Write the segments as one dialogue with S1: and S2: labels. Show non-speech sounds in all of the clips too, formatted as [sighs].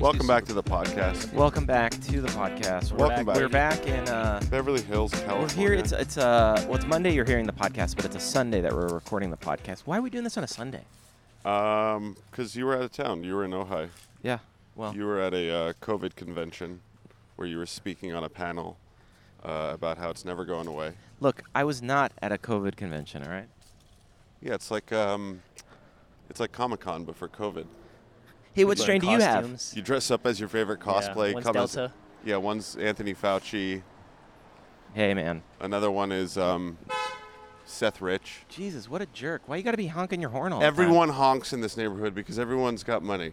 S1: Welcome back to the podcast.
S2: Welcome back to the podcast. We're
S1: Welcome
S2: back.
S1: back.
S2: We're back in. Uh,
S1: Beverly Hills, California.
S2: we're here. It's it's uh. Well, it's Monday. You're hearing the podcast, but it's a Sunday that we're recording the podcast. Why are we doing this on a Sunday?
S1: um, because you were out of town. You were in Ojai.
S2: Yeah. Well.
S1: You were at a uh, COVID convention where you were speaking on a panel uh, about how it's never going away.
S2: Look, I was not at a COVID convention. All right.
S1: Yeah, it's like um, it's like Comic Con but for COVID.
S2: Hey, what strain do you have?
S1: You dress up as your favorite cosplay.
S3: one's
S1: come as-
S3: Delta.
S1: yeah, one's Anthony Fauci.
S2: Hey, man.
S1: Another one is um, Seth Rich.
S2: Jesus, what a jerk! Why you gotta be honking your horn all the time?
S1: Everyone honks in this neighborhood because everyone's got money.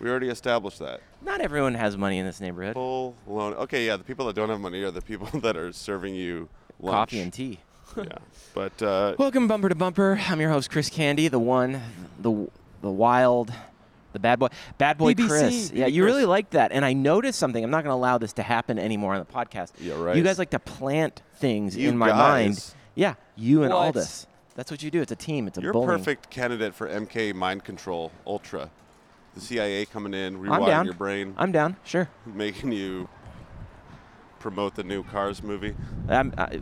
S1: We already established that.
S2: Not everyone has money in this neighborhood.
S1: Full loan. Okay, yeah, the people that don't have money are the people [laughs] that are serving you lunch.
S2: Coffee and tea.
S1: yeah, but
S2: [laughs]
S1: uh,
S2: Welcome, bumper to bumper. I'm your host, Chris Candy, the one, the the wild, the bad boy, bad boy
S1: BBC,
S2: Chris. Yeah,
S1: BB
S2: you really
S1: Chris.
S2: like that. And I noticed something. I'm not going to allow this to happen anymore on the podcast.
S1: Yeah, right.
S2: You guys like to plant things
S1: You
S2: in my mind.
S1: guys.
S2: Yeah, you and
S3: What?
S2: Aldous. That's what you do. It's a team. It's a
S1: you're a
S2: bowling.
S1: perfect candidate for MK Mind Control Ultra. The CIA coming in,
S2: I'm down.
S1: rewiring your brain,
S2: I'm down. Sure.
S1: [laughs] making you promote the new Cars movie.
S2: Um, I,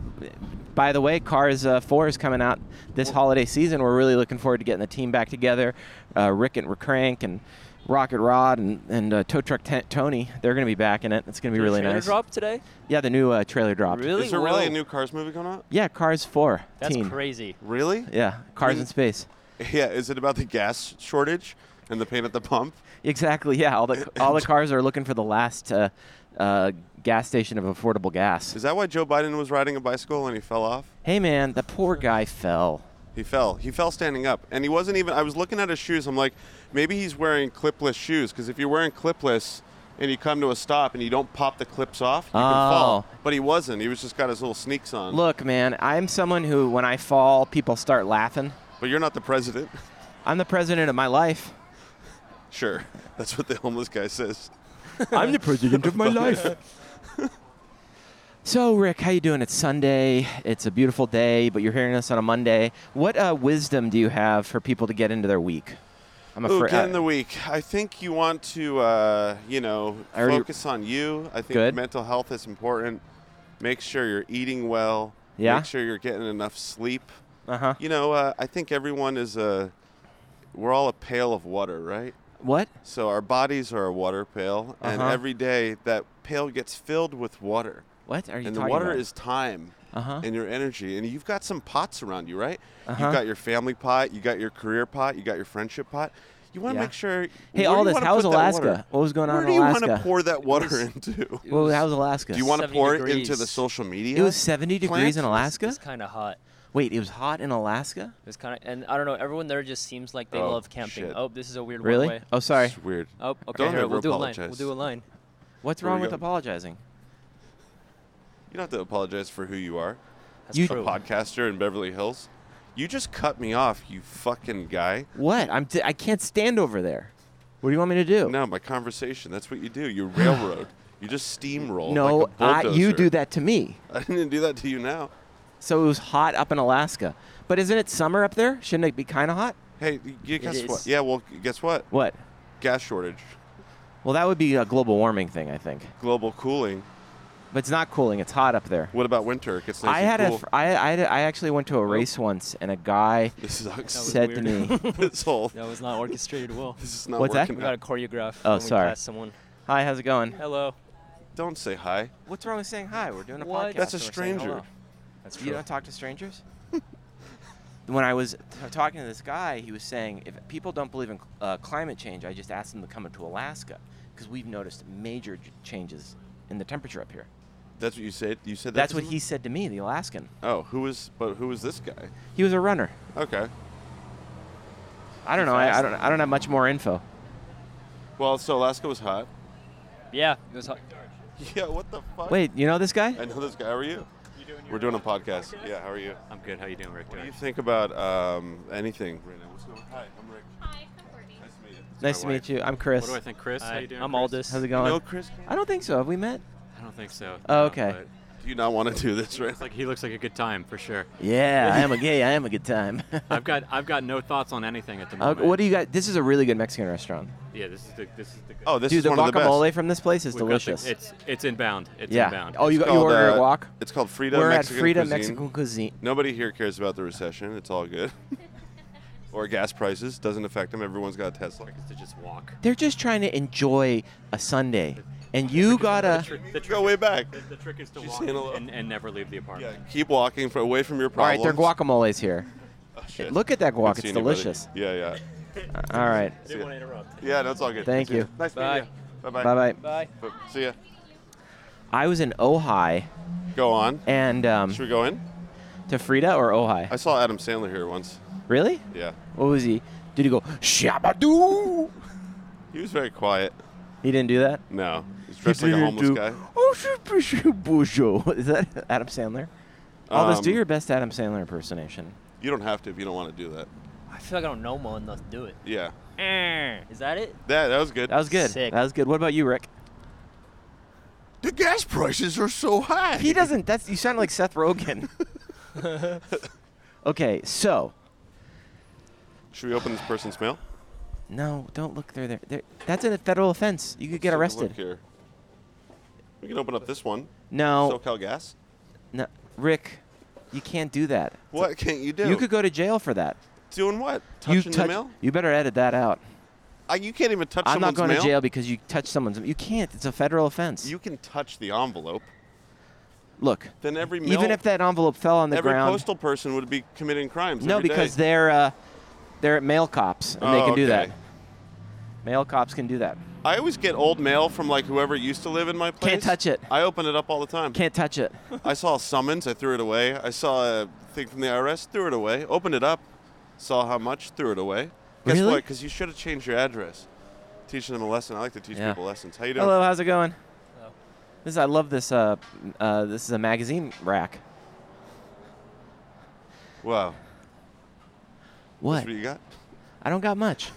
S2: by the way, Cars uh, 4 is coming out this holiday season. We're really looking forward to getting the team back together. Uh, Rick and Recrank and Rocket Rod and, and uh, Tow Truck T- Tony, they're going to be back in it. It's going to be really
S3: Trailer
S2: nice.
S3: drop today?
S2: Yeah, the new uh, trailer dropped.
S3: Really?
S1: Is there really a
S3: Whoa.
S1: new Cars movie coming out?
S2: Yeah, Cars 4.
S3: That's
S2: team.
S3: crazy.
S1: Really?
S2: Yeah, Cars
S1: Really?
S2: in Space.
S1: Yeah. Is it about the gas shortage and the pain at the pump?
S2: Exactly, yeah. All the, all the cars are looking for the last uh, uh, gas station of affordable gas.
S1: Is that why Joe Biden was riding a bicycle and he fell off?
S2: Hey, man, the poor guy fell.
S1: He fell. He fell standing up, and he wasn't even. I was looking at his shoes. I'm like, maybe he's wearing clipless shoes. Because if you're wearing clipless and you come to a stop and you don't pop the clips off, you can fall.
S2: Oh.
S1: But he wasn't. He was just got his little sneaks on.
S2: Look, man, I'm someone who, when I fall, people start laughing.
S1: But you're not the president. [laughs]
S2: I'm the president of my life.
S1: sure, that's what the homeless guy says.
S2: [laughs] I'm the president [laughs] of my life. So, Rick, how you doing? It's Sunday. It's a beautiful day, but you're hearing us on a Monday. What uh, wisdom do you have for people to get into their week? I'm uh,
S1: Ooh,
S2: afraid.
S1: get in the week. I think you want to, uh, you know,
S2: I already-
S1: focus on you. I think
S2: Good.
S1: mental health is important. Make sure you're eating well.
S2: Yeah.
S1: Make sure you're getting enough sleep.
S2: Uh huh.
S1: You know, uh, I think everyone is a. We're all a pail of water, right?
S2: What?
S1: So our bodies are a water pail, and
S2: Uh-huh.
S1: every day that pail gets filled with water.
S2: What are you
S1: and the
S2: talking
S1: water
S2: about?
S1: is time
S2: Uh-huh.
S1: and your energy. And you've got some pots around you, right?
S2: Uh-huh.
S1: You've got your family pot, you got your career pot, you got your friendship pot. You want to
S2: Yeah.
S1: make sure.
S2: Hey,
S1: where do you
S2: Aldous,
S1: wanna
S2: how was
S1: put that water?
S2: Alaska? What was going on
S1: Where
S2: in
S1: do you wanna
S2: Alaska?
S1: pour that water
S3: was-
S2: [laughs]
S1: into?
S3: it
S2: Well,
S3: was-
S2: how was Alaska?
S1: Do you want to
S3: 70
S1: pour it into
S3: degrees.
S1: the social media?
S2: It was 70 degrees in
S1: Plants?
S2: Alaska.
S3: It's kind of hot.
S2: Wait, it was hot in Alaska.
S3: It was kind of, and I don't know. Everyone there just seems like they
S1: Oh,
S3: love camping.
S1: shit.
S3: Oh, this is a weird
S2: Really?
S3: one way.
S2: Oh, sorry.
S1: It's weird.
S3: Oh, okay.
S1: Don't
S3: here,
S1: ever
S3: we'll do a line.
S1: apologize.
S3: We'll do a line.
S2: What's
S1: Here we
S2: wrong with
S1: go.
S2: apologizing?
S1: You don't have to apologize for who you are.
S3: That's
S2: You-
S3: true.
S1: podcaster in Beverly Hills. You just cut me off, you fucking guy.
S2: What? I'm. T- I can't stand over there. What do you want me to do?
S1: No, my conversation. That's what you do.
S2: [sighs]
S1: You railroad. You just steamroll.
S2: No,
S1: like a bulldozer.
S2: I, you do that to me.
S1: [laughs] I didn't do that to you now.
S2: So it was hot up in Alaska, but isn't it summer up there? Shouldn't it be kind of hot?
S1: Hey, you guess
S3: is.
S1: what? Yeah, well, guess what?
S2: What?
S1: Gas shortage,
S2: Well, that would be a global warming thing, I think.
S1: global cooling.
S2: But it's not cooling. It's hot up there.
S1: What about winter? It gets nice
S2: I
S1: and
S2: had
S1: cool.
S2: a. Fr- I, I had a- I actually went to a race once, and a guy
S1: [laughs] this
S3: was
S1: sucks.
S2: said to
S3: weird.
S1: [laughs]
S2: me,
S1: this
S2: [laughs]
S1: whole.
S3: [laughs] That was not orchestrated well.
S1: This is not
S2: What's that?
S1: working
S3: We got to
S1: out.
S3: choreograph.
S2: Oh,
S3: when we
S2: sorry.
S3: pass someone.
S2: "Hi, how's it going?"
S3: Hello.
S1: Don't say hi.
S2: What's wrong with saying hi? We're doing a
S3: What?
S2: podcast.
S1: That's a
S2: and we're saying
S1: stranger.
S2: hello.
S3: That's
S2: You
S3: true.
S2: don't talk to strangers? when I was t- talking to this guy, he was saying if people don't believe in cl- uh, climate change, I just asked them to come to Alaska because we've noticed major j- changes in the temperature up here.
S1: That's what you said. You said that
S2: That's
S1: to
S2: what
S1: someone?
S2: he said to me, the Alaskan.
S1: Oh, who was? But who was this guy?
S2: He was a runner.
S1: Okay.
S2: I don't know. I, I don't. I don't have much more info.
S1: Well, so Alaska was hot.
S3: Yeah. It was hot.
S1: [laughs] Yeah. What the fuck?
S2: Wait, you know this guy?
S1: I know this guy. How are you? We're doing a podcast. Yeah. How are you?
S4: I'm good. How you doing, Rick?
S1: What do
S4: Doing?
S1: you think about um, anything right now? What's going on? Hi, I'm Rick.
S5: Hi, I'm Courtney.
S1: Nice to meet you.
S2: Nice to meet you. I'm
S4: What
S2: Chris.
S4: do I think, Chris? How
S3: Hi,
S4: you doing?
S3: I'm
S2: Uh,
S4: Chris?
S3: Aldous.
S2: How's it
S1: You
S2: going?
S1: know Chris?
S2: I don't think so. Have we met?
S4: I don't think so.
S2: Oh,
S4: no,
S2: okay.
S4: but
S1: do you not want to do this right
S4: It's like he looks like a good time for sure.
S2: Yeah, I am a gay. I am a good [laughs] time.
S4: I've got I've got no thoughts on anything at the
S2: Uh,
S4: moment.
S2: what do you got? This is a really good Mexican restaurant.
S4: Yeah, this is the this is the. Good.
S1: Oh, this
S2: Dude,
S1: is
S2: the
S1: one of the best.
S2: guacamole from this place is
S4: We've got the-
S2: delicious.
S4: it's it's inbound. It's
S2: yeah.
S4: inbound.
S2: Oh, you got, you
S1: called,
S2: order
S1: uh,
S2: a walk.
S1: It's called Frida
S2: We're
S1: Mexican
S2: at Frida
S1: Cuisine.
S2: Mexican Cuisine.
S1: Nobody here cares about the recession. It's all
S2: [laughs]
S1: good. or gas prices doesn't affect them. Everyone's got a Tesla.
S4: It's to just walk.
S2: They're just trying to enjoy a Sunday, and you
S4: the,
S2: gotta.
S4: trick, the trick
S1: Go way back.
S4: is- the trick is to
S1: She's
S4: walk
S1: saying hello.
S4: and, and never leave the
S1: Yeah,
S4: apartment.
S1: keep walking for, away from your
S2: All
S1: problems.
S2: right, their guacamole's here.
S1: Oh, shit.
S2: Look at that guac,
S1: Couldn't see
S2: it's
S1: anybody.
S2: delicious.
S1: Yeah, yeah.
S2: All right.
S4: Didn't want to interrupt.
S1: Yeah, that's all good.
S2: Thank
S1: See ya.
S2: you.
S1: Nice
S3: Bye.
S1: meeting you. Bye-bye.
S2: Bye bye.
S3: Bye.
S1: But- See ya.
S2: I was in Ojai,
S1: Go on.
S2: and um,
S1: Should we go in?
S2: to Frida or Ojai.
S1: I saw Adam Sandler here once.
S2: Really?
S1: Yeah.
S2: What was he? Did he go shabadoo?
S1: He was very quiet.
S2: He didn't do that.
S1: No. He's dressed like a homeless guy.
S2: Oh, [laughs] Is that Adam Sandler? Elvis, do
S1: Um,
S2: your best Adam Sandler impersonation.
S1: You don't have to if you don't want to do that.
S3: I feel like I don't know more enough to do it.
S1: Yeah.
S4: Eh.
S3: Is that it?
S1: That that was good.
S2: That was good.
S3: Sick.
S2: That was good. What about you, Rick?
S1: the gas prices are so high.
S2: He doesn't. That's you sound like Seth Rogen. okay, so
S1: Should we open this person's mail?
S2: no, don't look through there. there that's a federal offense. You could get
S1: Let's take a look
S2: arrested.
S1: here. We can open up this one.
S2: No,
S1: SoCal Gas.
S2: no, Rick, you can't do that.
S1: What can't you do?
S2: You could go to jail for that.
S1: doing what?
S2: you
S1: Touching the
S2: touch-
S1: mail?
S2: You better edit that out.
S1: Uh, you can't even touch
S2: I'm not
S1: someone's
S2: going
S1: mail.
S2: to jail because you touched someone's. You can't. It's a federal offense.
S1: You can touch the envelope.
S2: look.
S1: Then every mail,
S2: Even if that envelope fell on the
S1: every
S2: ground,
S1: postal person would be committing crimes.
S2: no,
S1: every
S2: because
S1: day.
S2: they're uh, they're mail cops and they
S1: Oh,
S2: can do that.
S1: okay.
S2: Mail cops can do that.
S1: I always get old mail from like whoever used to live in my place.
S2: Can't touch it.
S1: I open it up all the time.
S2: Can't touch it.
S1: I saw a summons. I threw it away. I saw a thing from the IRS. Threw it away. Opened it up. Saw how much. Threw it away. Guess
S2: Really?
S1: what? Because you should have changed your address. Teaching them a lesson. I like to teach
S2: Yeah.
S1: people lessons. How you doing?
S2: Hello, how's it going?
S3: Hello.
S2: This is, I love this. Uh, uh, this is a magazine rack.
S1: Wow.
S2: What?
S1: That's what you got?
S2: I don't
S1: [laughs]
S2: got much.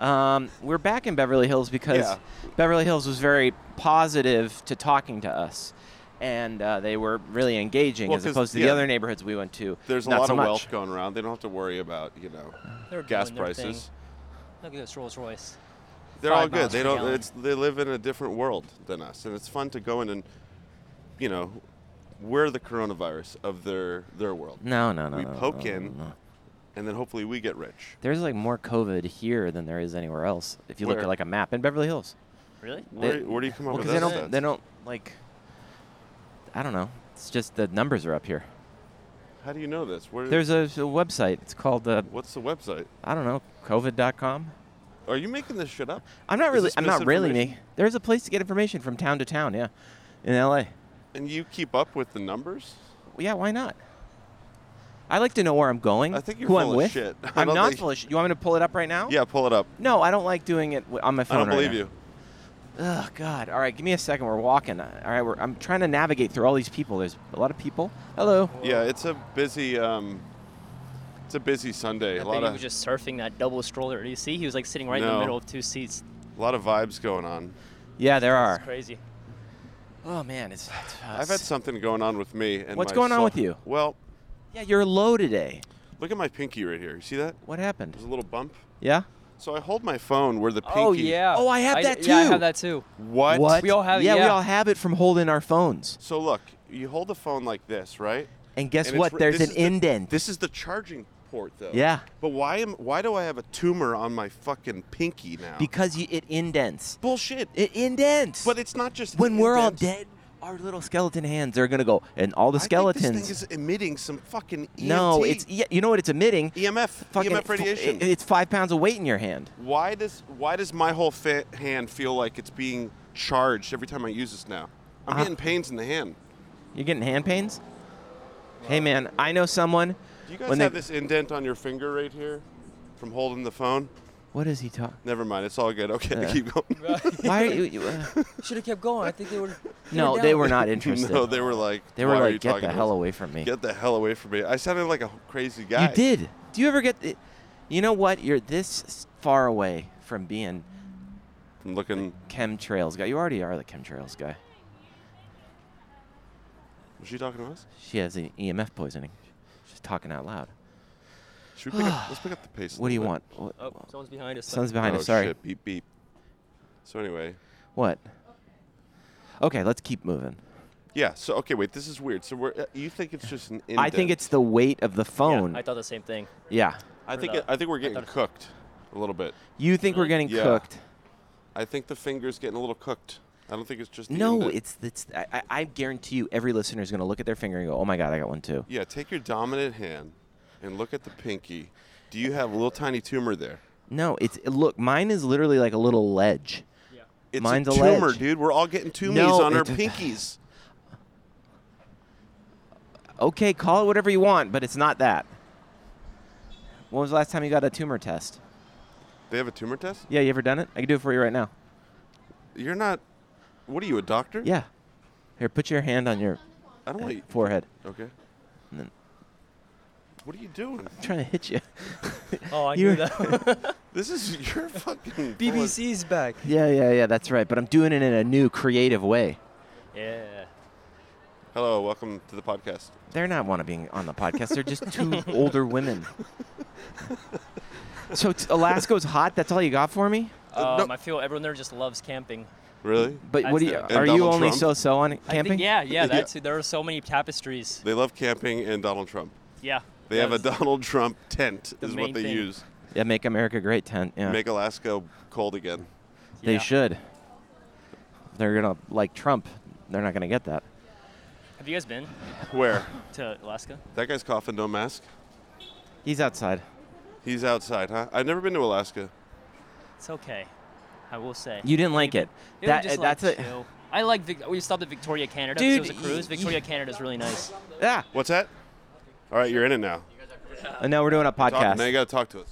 S2: um, we're back in Beverly Hills because
S1: Yeah.
S2: Beverly Hills was very positive to talking to us, and uh, they were really engaging
S1: Well,
S2: as
S1: 'cause,
S2: opposed to
S1: yeah.
S2: the other neighborhoods we went to.
S1: There's a
S2: Not
S1: lot
S2: so
S1: of
S2: much.
S1: wealth going around. They don't have to worry about you know
S3: They're
S1: gas
S3: doing their
S1: prices.
S3: thing. Look at this Rolls Royce.
S1: They're
S3: Five
S1: all good.
S3: miles
S1: They
S3: per
S1: don't.
S3: gallon.
S1: It's they live in a different world than us, and it's fun to go in and you know we're the coronavirus of their their world,
S2: No, no, no.
S1: We
S2: Mm. no, no,
S1: poke
S2: no, no,
S1: in.
S2: no.
S1: and then hopefully we get rich.
S2: There's like more COVID here than there is anywhere else. If you look
S1: Where?
S2: at like a map in Beverly Hills,
S3: Really?
S1: Where,
S2: They-
S1: where do you come up
S2: well,
S1: with
S2: because
S1: that?
S2: they don't,
S1: stats?
S2: they don't like. I don't know. It's just the numbers are up here.
S1: How do you know this? Where,
S2: There's a, a website. It's called uh,
S1: what's the website?
S2: I don't know, COVID.com.
S1: Are you making this shit up?
S2: I'm not
S1: Is
S2: really.
S1: this
S2: I'm not really
S1: misinformation?
S2: me. There's a place to get information from town to town. Yeah, in L.A.
S1: And you keep up with the numbers?
S2: Yeah, why not? I like to know where I'm going.
S1: I think you're
S2: who
S1: full
S2: I'm
S1: of
S2: with.
S1: shit. [laughs] I
S2: I'm
S1: don't
S2: not
S1: think-
S2: full of shit. You want me to pull it up right now?
S1: Yeah, pull it up.
S2: No, I don't like doing it w- on my
S1: I
S2: phone.
S1: don't
S2: right
S1: believe
S2: now.
S1: you.
S2: Oh God! All right, give me a second. We're walking. All right, we're, I'm trying to navigate through all these people. There's a lot of people. Hello.
S1: Yeah, it's a busy. Um, it's a busy Sunday.
S3: I
S1: A
S3: think
S1: lot
S3: he
S1: of
S3: was just surfing that double stroller. Do you see? He was like sitting right in
S1: No.
S3: the middle of two seats.
S1: a lot of vibes going on.
S2: Yeah, there
S3: It's
S2: are.
S3: crazy.
S2: Oh man, it's. it's
S1: I've had something going on with me. And
S2: What's
S1: my
S2: going on
S1: sol-
S2: with you?
S1: Well,
S2: yeah, you're low today.
S1: look at my pinky right here. You see that?
S2: What happened?
S1: There's a little bump.
S2: Yeah.
S1: So I hold my phone where the pinky.
S3: Oh yeah.
S2: Oh, I have that
S3: Yeah, I
S2: too.
S3: have that too.
S1: What?
S2: What?
S3: We all have it,
S2: Yeah, we
S3: yeah.
S2: all have it from holding our phones.
S1: So look, you hold the phone like this, right?
S2: And guess
S1: And it's
S2: what?
S1: re-
S2: There's
S1: this
S2: an
S1: is the-
S2: indent.
S1: This is the charging port, though.
S2: Yeah.
S1: But why am why do I have a tumor on my fucking pinky now?
S2: because you, it indents.
S1: bullshit.
S2: It indents.
S1: but it's not just
S2: when we're all
S1: indents.
S2: dead, our little skeleton hands are gonna go, and all the
S1: I
S2: skeletons.
S1: think this thing is emitting some fucking E EMT.
S2: no, it's yeah, you know what it's emitting.
S1: EMF,
S2: Fucking
S1: EMF E radiation.
S2: it- it's five pounds of weight in your hand.
S1: why does why does my whole fa- hand feel like it's being charged every time I use this now? I'm
S2: Uh,
S1: getting pains in the hand.
S2: You're getting hand pains. Hey man, I know someone.
S1: Do you guys
S2: when they-
S1: have this indent on your finger right here from holding the phone?
S2: What is he talking?
S1: Never mind, it's all good. Okay, [laughs]
S2: Yeah.
S1: keep going.
S2: Why are you? you
S3: [laughs]
S2: uh,
S3: Should have kept going. I think they were.
S2: no, they were [laughs] not interested.
S1: [laughs] no, they were like,
S2: They were
S1: "Why are you
S2: like, "Get
S1: talking
S2: the
S1: to
S2: hell
S1: us?"
S2: away from me."
S1: Get the hell away from me. I sounded like a crazy guy.
S2: You did. Do you ever get? The, you know what? You're this s- far away from being
S1: I'm looking.
S2: chemtrails guy. You already are the chemtrails guy.
S1: Was she talking to us?
S2: She has e- EMF poisoning. She's talking out loud.
S1: Should we pick up, let's pick up the pace. a
S2: What do you
S1: little
S2: want?
S1: bit.
S2: What?
S3: Oh, someone's behind us.
S2: Someone's behind
S1: oh,
S2: us. Sorry.
S1: Shit. Beep beep. So anyway,
S2: What? Okay, let's keep moving.
S1: yeah. So okay, wait. This is weird. So we're, uh, you think it's just an?
S2: I think
S1: indent.
S2: it's the weight of the phone.
S3: Yeah, I thought the
S2: [laughs]
S3: same thing.
S2: Yeah.
S1: I think
S3: the-
S1: it, I think we're getting
S3: thought it-
S1: cooked a little bit.
S2: You think we're getting
S1: Yeah.
S2: cooked?
S1: I think the finger's getting a little cooked. I don't think it's just. The
S2: No,
S1: indent.
S2: it's it's. I, I- I guarantee you, every listener is going to look at their finger and go, "Oh my god, I got one too."
S1: Yeah, take your dominant hand and look at the pinky. Do you have a little tiny tumor there?
S2: No, it's look. Mine is literally like a little ledge.
S1: It's
S2: Mine's
S1: a
S2: a
S1: tumor,
S2: ledge.
S1: dude. We're all getting tumies
S2: No,
S1: on our
S2: it- [laughs]
S1: pinkies.
S2: Okay, call it whatever you want, but it's not that. When was the last time you got a tumor test?
S1: They have a tumor test?
S2: Yeah, you ever done it? I can do it for you right now.
S1: You're not. What are you, a doctor?
S2: Yeah. Here, put your hand on your
S1: I don't
S2: uh,
S1: want you.
S2: forehead.
S1: Okay.
S2: And then,
S1: What are you doing?
S2: I'm trying to hit you. [laughs]
S3: Oh, I
S2: You're-
S3: knew
S2: [laughs]
S3: that.
S1: This is [laughs] your fucking.
S3: BBC's back.
S2: yeah, yeah, yeah. That's right. But I'm doing it in a new, creative way.
S3: Yeah.
S1: Hello, welcome to the podcast.
S2: They're not want to be on the podcast. They're just
S3: [laughs]
S2: two older women. So t- Alaska's hot. That's all you got for me.
S1: Uh,
S3: Um,
S1: no-
S3: I feel everyone there just loves camping.
S1: Really?
S2: But what
S3: That's
S2: do you?
S3: the- And
S2: Are you
S1: Donald
S2: only
S1: Trump?
S2: so so on
S3: I think-
S2: camping?
S3: yeah,
S1: Yeah.
S3: yeah. That's there are so many tapestries.
S1: They love camping and Donald Trump.
S3: Yeah.
S1: They
S3: that
S1: have a
S3: was-
S1: Donald Trump tent,
S3: the
S1: is what
S3: main
S1: they
S3: thing.
S1: use.
S2: Yeah. Make America Great tent. Yeah.
S1: Make Alaska cold again.
S2: they
S3: yeah.
S2: should. They're gonna like Trump. They're not gonna get that.
S3: Have you guys been
S1: Where?
S3: to Alaska?
S1: That guy's coughing, no mask.
S2: He's outside.
S1: He's outside, huh? I've never been to Alaska.
S3: It's okay. I will say.
S2: You didn't like it.
S3: It was
S2: That
S3: just,
S2: uh,
S3: like,
S2: that's it.
S3: chill. I like Vic- we stopped at Victoria, Canada.
S2: Dude,
S3: because it was
S2: y-
S3: a cruise.
S2: y-
S3: Victoria, Canada is really nice.
S2: Yeah.
S1: What's that? All right, you're in it now.
S2: And now we're doing a
S1: Talk, Now you
S2: podcast.
S1: got to talk to us.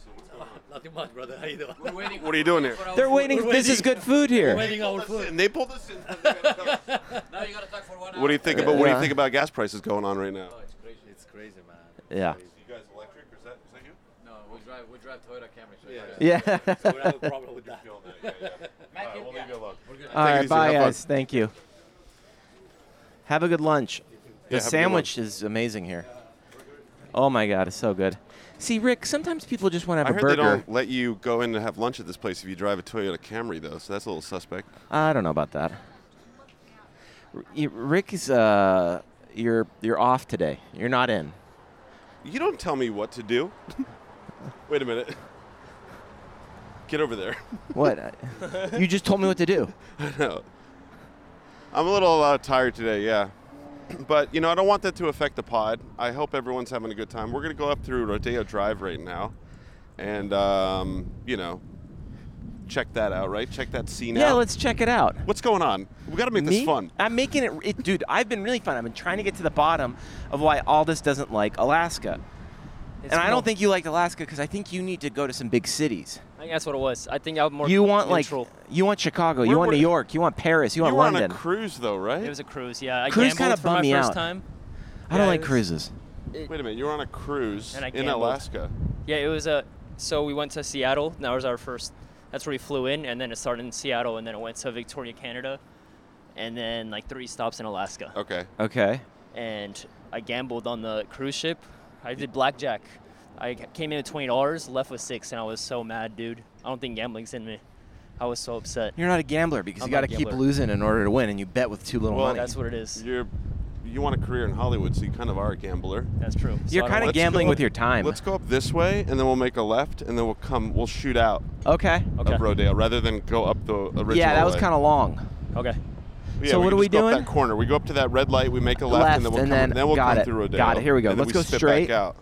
S5: Nothing much, brother. How you doing? We're waiting.
S1: What are you doing here?
S5: our
S2: They're
S5: food.
S2: waiting.
S5: We're
S2: This is good food here.
S5: waiting our food.
S1: And they pulled
S5: [laughs]
S1: us in.
S5: Now you gotta talk for one hour.
S1: What do you think about what do you
S2: Yeah.
S1: think about gas prices going on right now?
S5: It's crazy. It's crazy, man.
S2: Yeah. [laughs]
S1: You guys electric? Is that, is that you?
S5: No, we drive. We drive Toyota Camry. So
S2: Yeah.
S5: So we don't have a problem
S1: [laughs]
S5: with that.
S1: we'll leave you alone.
S2: All
S1: Take it
S2: right,
S1: easy.
S2: bye
S1: Have fun.
S2: guys. Thank you. Have a good lunch. The
S1: Yeah, have a good
S2: sandwich is amazing here. Oh my god, it's so good. See, Rick, sometimes people just want to
S1: I
S2: have a
S1: heard they
S2: burger.
S1: don't let you go in to have lunch at this place if you drive a Toyota Camry, though, so that's a little suspect.
S2: I don't know about that. R- you- Rick is uh, you're you're off today. You're not in.
S1: You don't tell me what to do. [laughs] Wait a minute. Get over there.
S2: What? you just told me what to do.
S1: [laughs] No. I'm a little uh, tired today, yeah. [clears throat] But, you know, I don't want that to affect the pod. I hope everyone's having a good time. We're going to go up through Rodeo Drive right now and, um, you know, check that out, right? Check that scene
S2: Yeah,
S1: out.
S2: let's check it out.
S1: What's going on? we got to make this
S2: Me?
S1: fun.
S2: I'm making it, it, dude. I've been really fun. I've been trying to get to the bottom of why Aldous doesn't like Alaska.
S3: It's
S2: And I
S3: more-
S2: don't think you liked Alaska because I think you need to go to some big cities.
S3: I think that's what it was. I think I'm more.
S2: you want
S3: neutral.
S2: like you want Chicago,
S1: Where
S2: you want
S1: were-
S2: New York, you want Paris, you
S1: You
S2: want
S1: were on a
S2: London.
S1: cruise, though, right?
S3: It was a cruise. Yeah. I
S2: Cruise kinda
S3: gambled for
S2: bummed
S3: my
S2: me
S3: first
S2: out.
S3: time.
S2: I
S3: yeah,
S2: don't
S3: it
S2: like
S3: was-
S2: cruises.
S1: Wait a minute, you were on a cruise
S3: And I
S1: in
S3: gambled.
S1: Alaska.
S3: Yeah, it was a. So we went to Seattle. That was our first. That's where we flew in, and then it started in Seattle, and then it went to Victoria, Canada, and then like three stops in Alaska.
S1: Okay.
S2: Okay.
S3: And I gambled on the cruise ship. I did blackjack. I c- came in with twenty dollars, left with six, and I was so mad, dude. I don't think gambling's in me. I was so upset.
S2: You're not a gambler because
S3: I'm
S2: you got to
S3: not a
S2: keep
S3: gambler.
S2: losing in order to win, and you bet with too little
S1: Well,
S2: money.
S3: That's what it is.
S1: You're, you want a career in Hollywood, so you kind of are a gambler.
S3: That's true. So
S2: You're
S3: I don't
S2: kinda
S3: like-
S1: Let's
S2: gambling
S1: go
S2: with your time.
S1: Let's go up this way, and then we'll make a left, and then we'll come. We'll shoot out
S2: okay.
S3: Okay.
S1: of Rodale rather than go up the original.
S2: Yeah, that was
S1: way.
S2: kind of long.
S3: Okay.
S1: Yeah,
S2: so
S1: we
S2: what
S1: can
S2: are we
S1: just go up
S2: doing?
S1: That corner. We go up to that red light. We make a left, and then
S2: Left,
S1: we'll
S2: and
S1: come.
S2: then-
S1: we'll
S2: got
S1: come
S2: it,
S1: through Rodale.
S2: got it, here we go.
S1: And then
S2: Let's
S1: we
S2: go
S1: spit
S2: straight,
S1: Back out.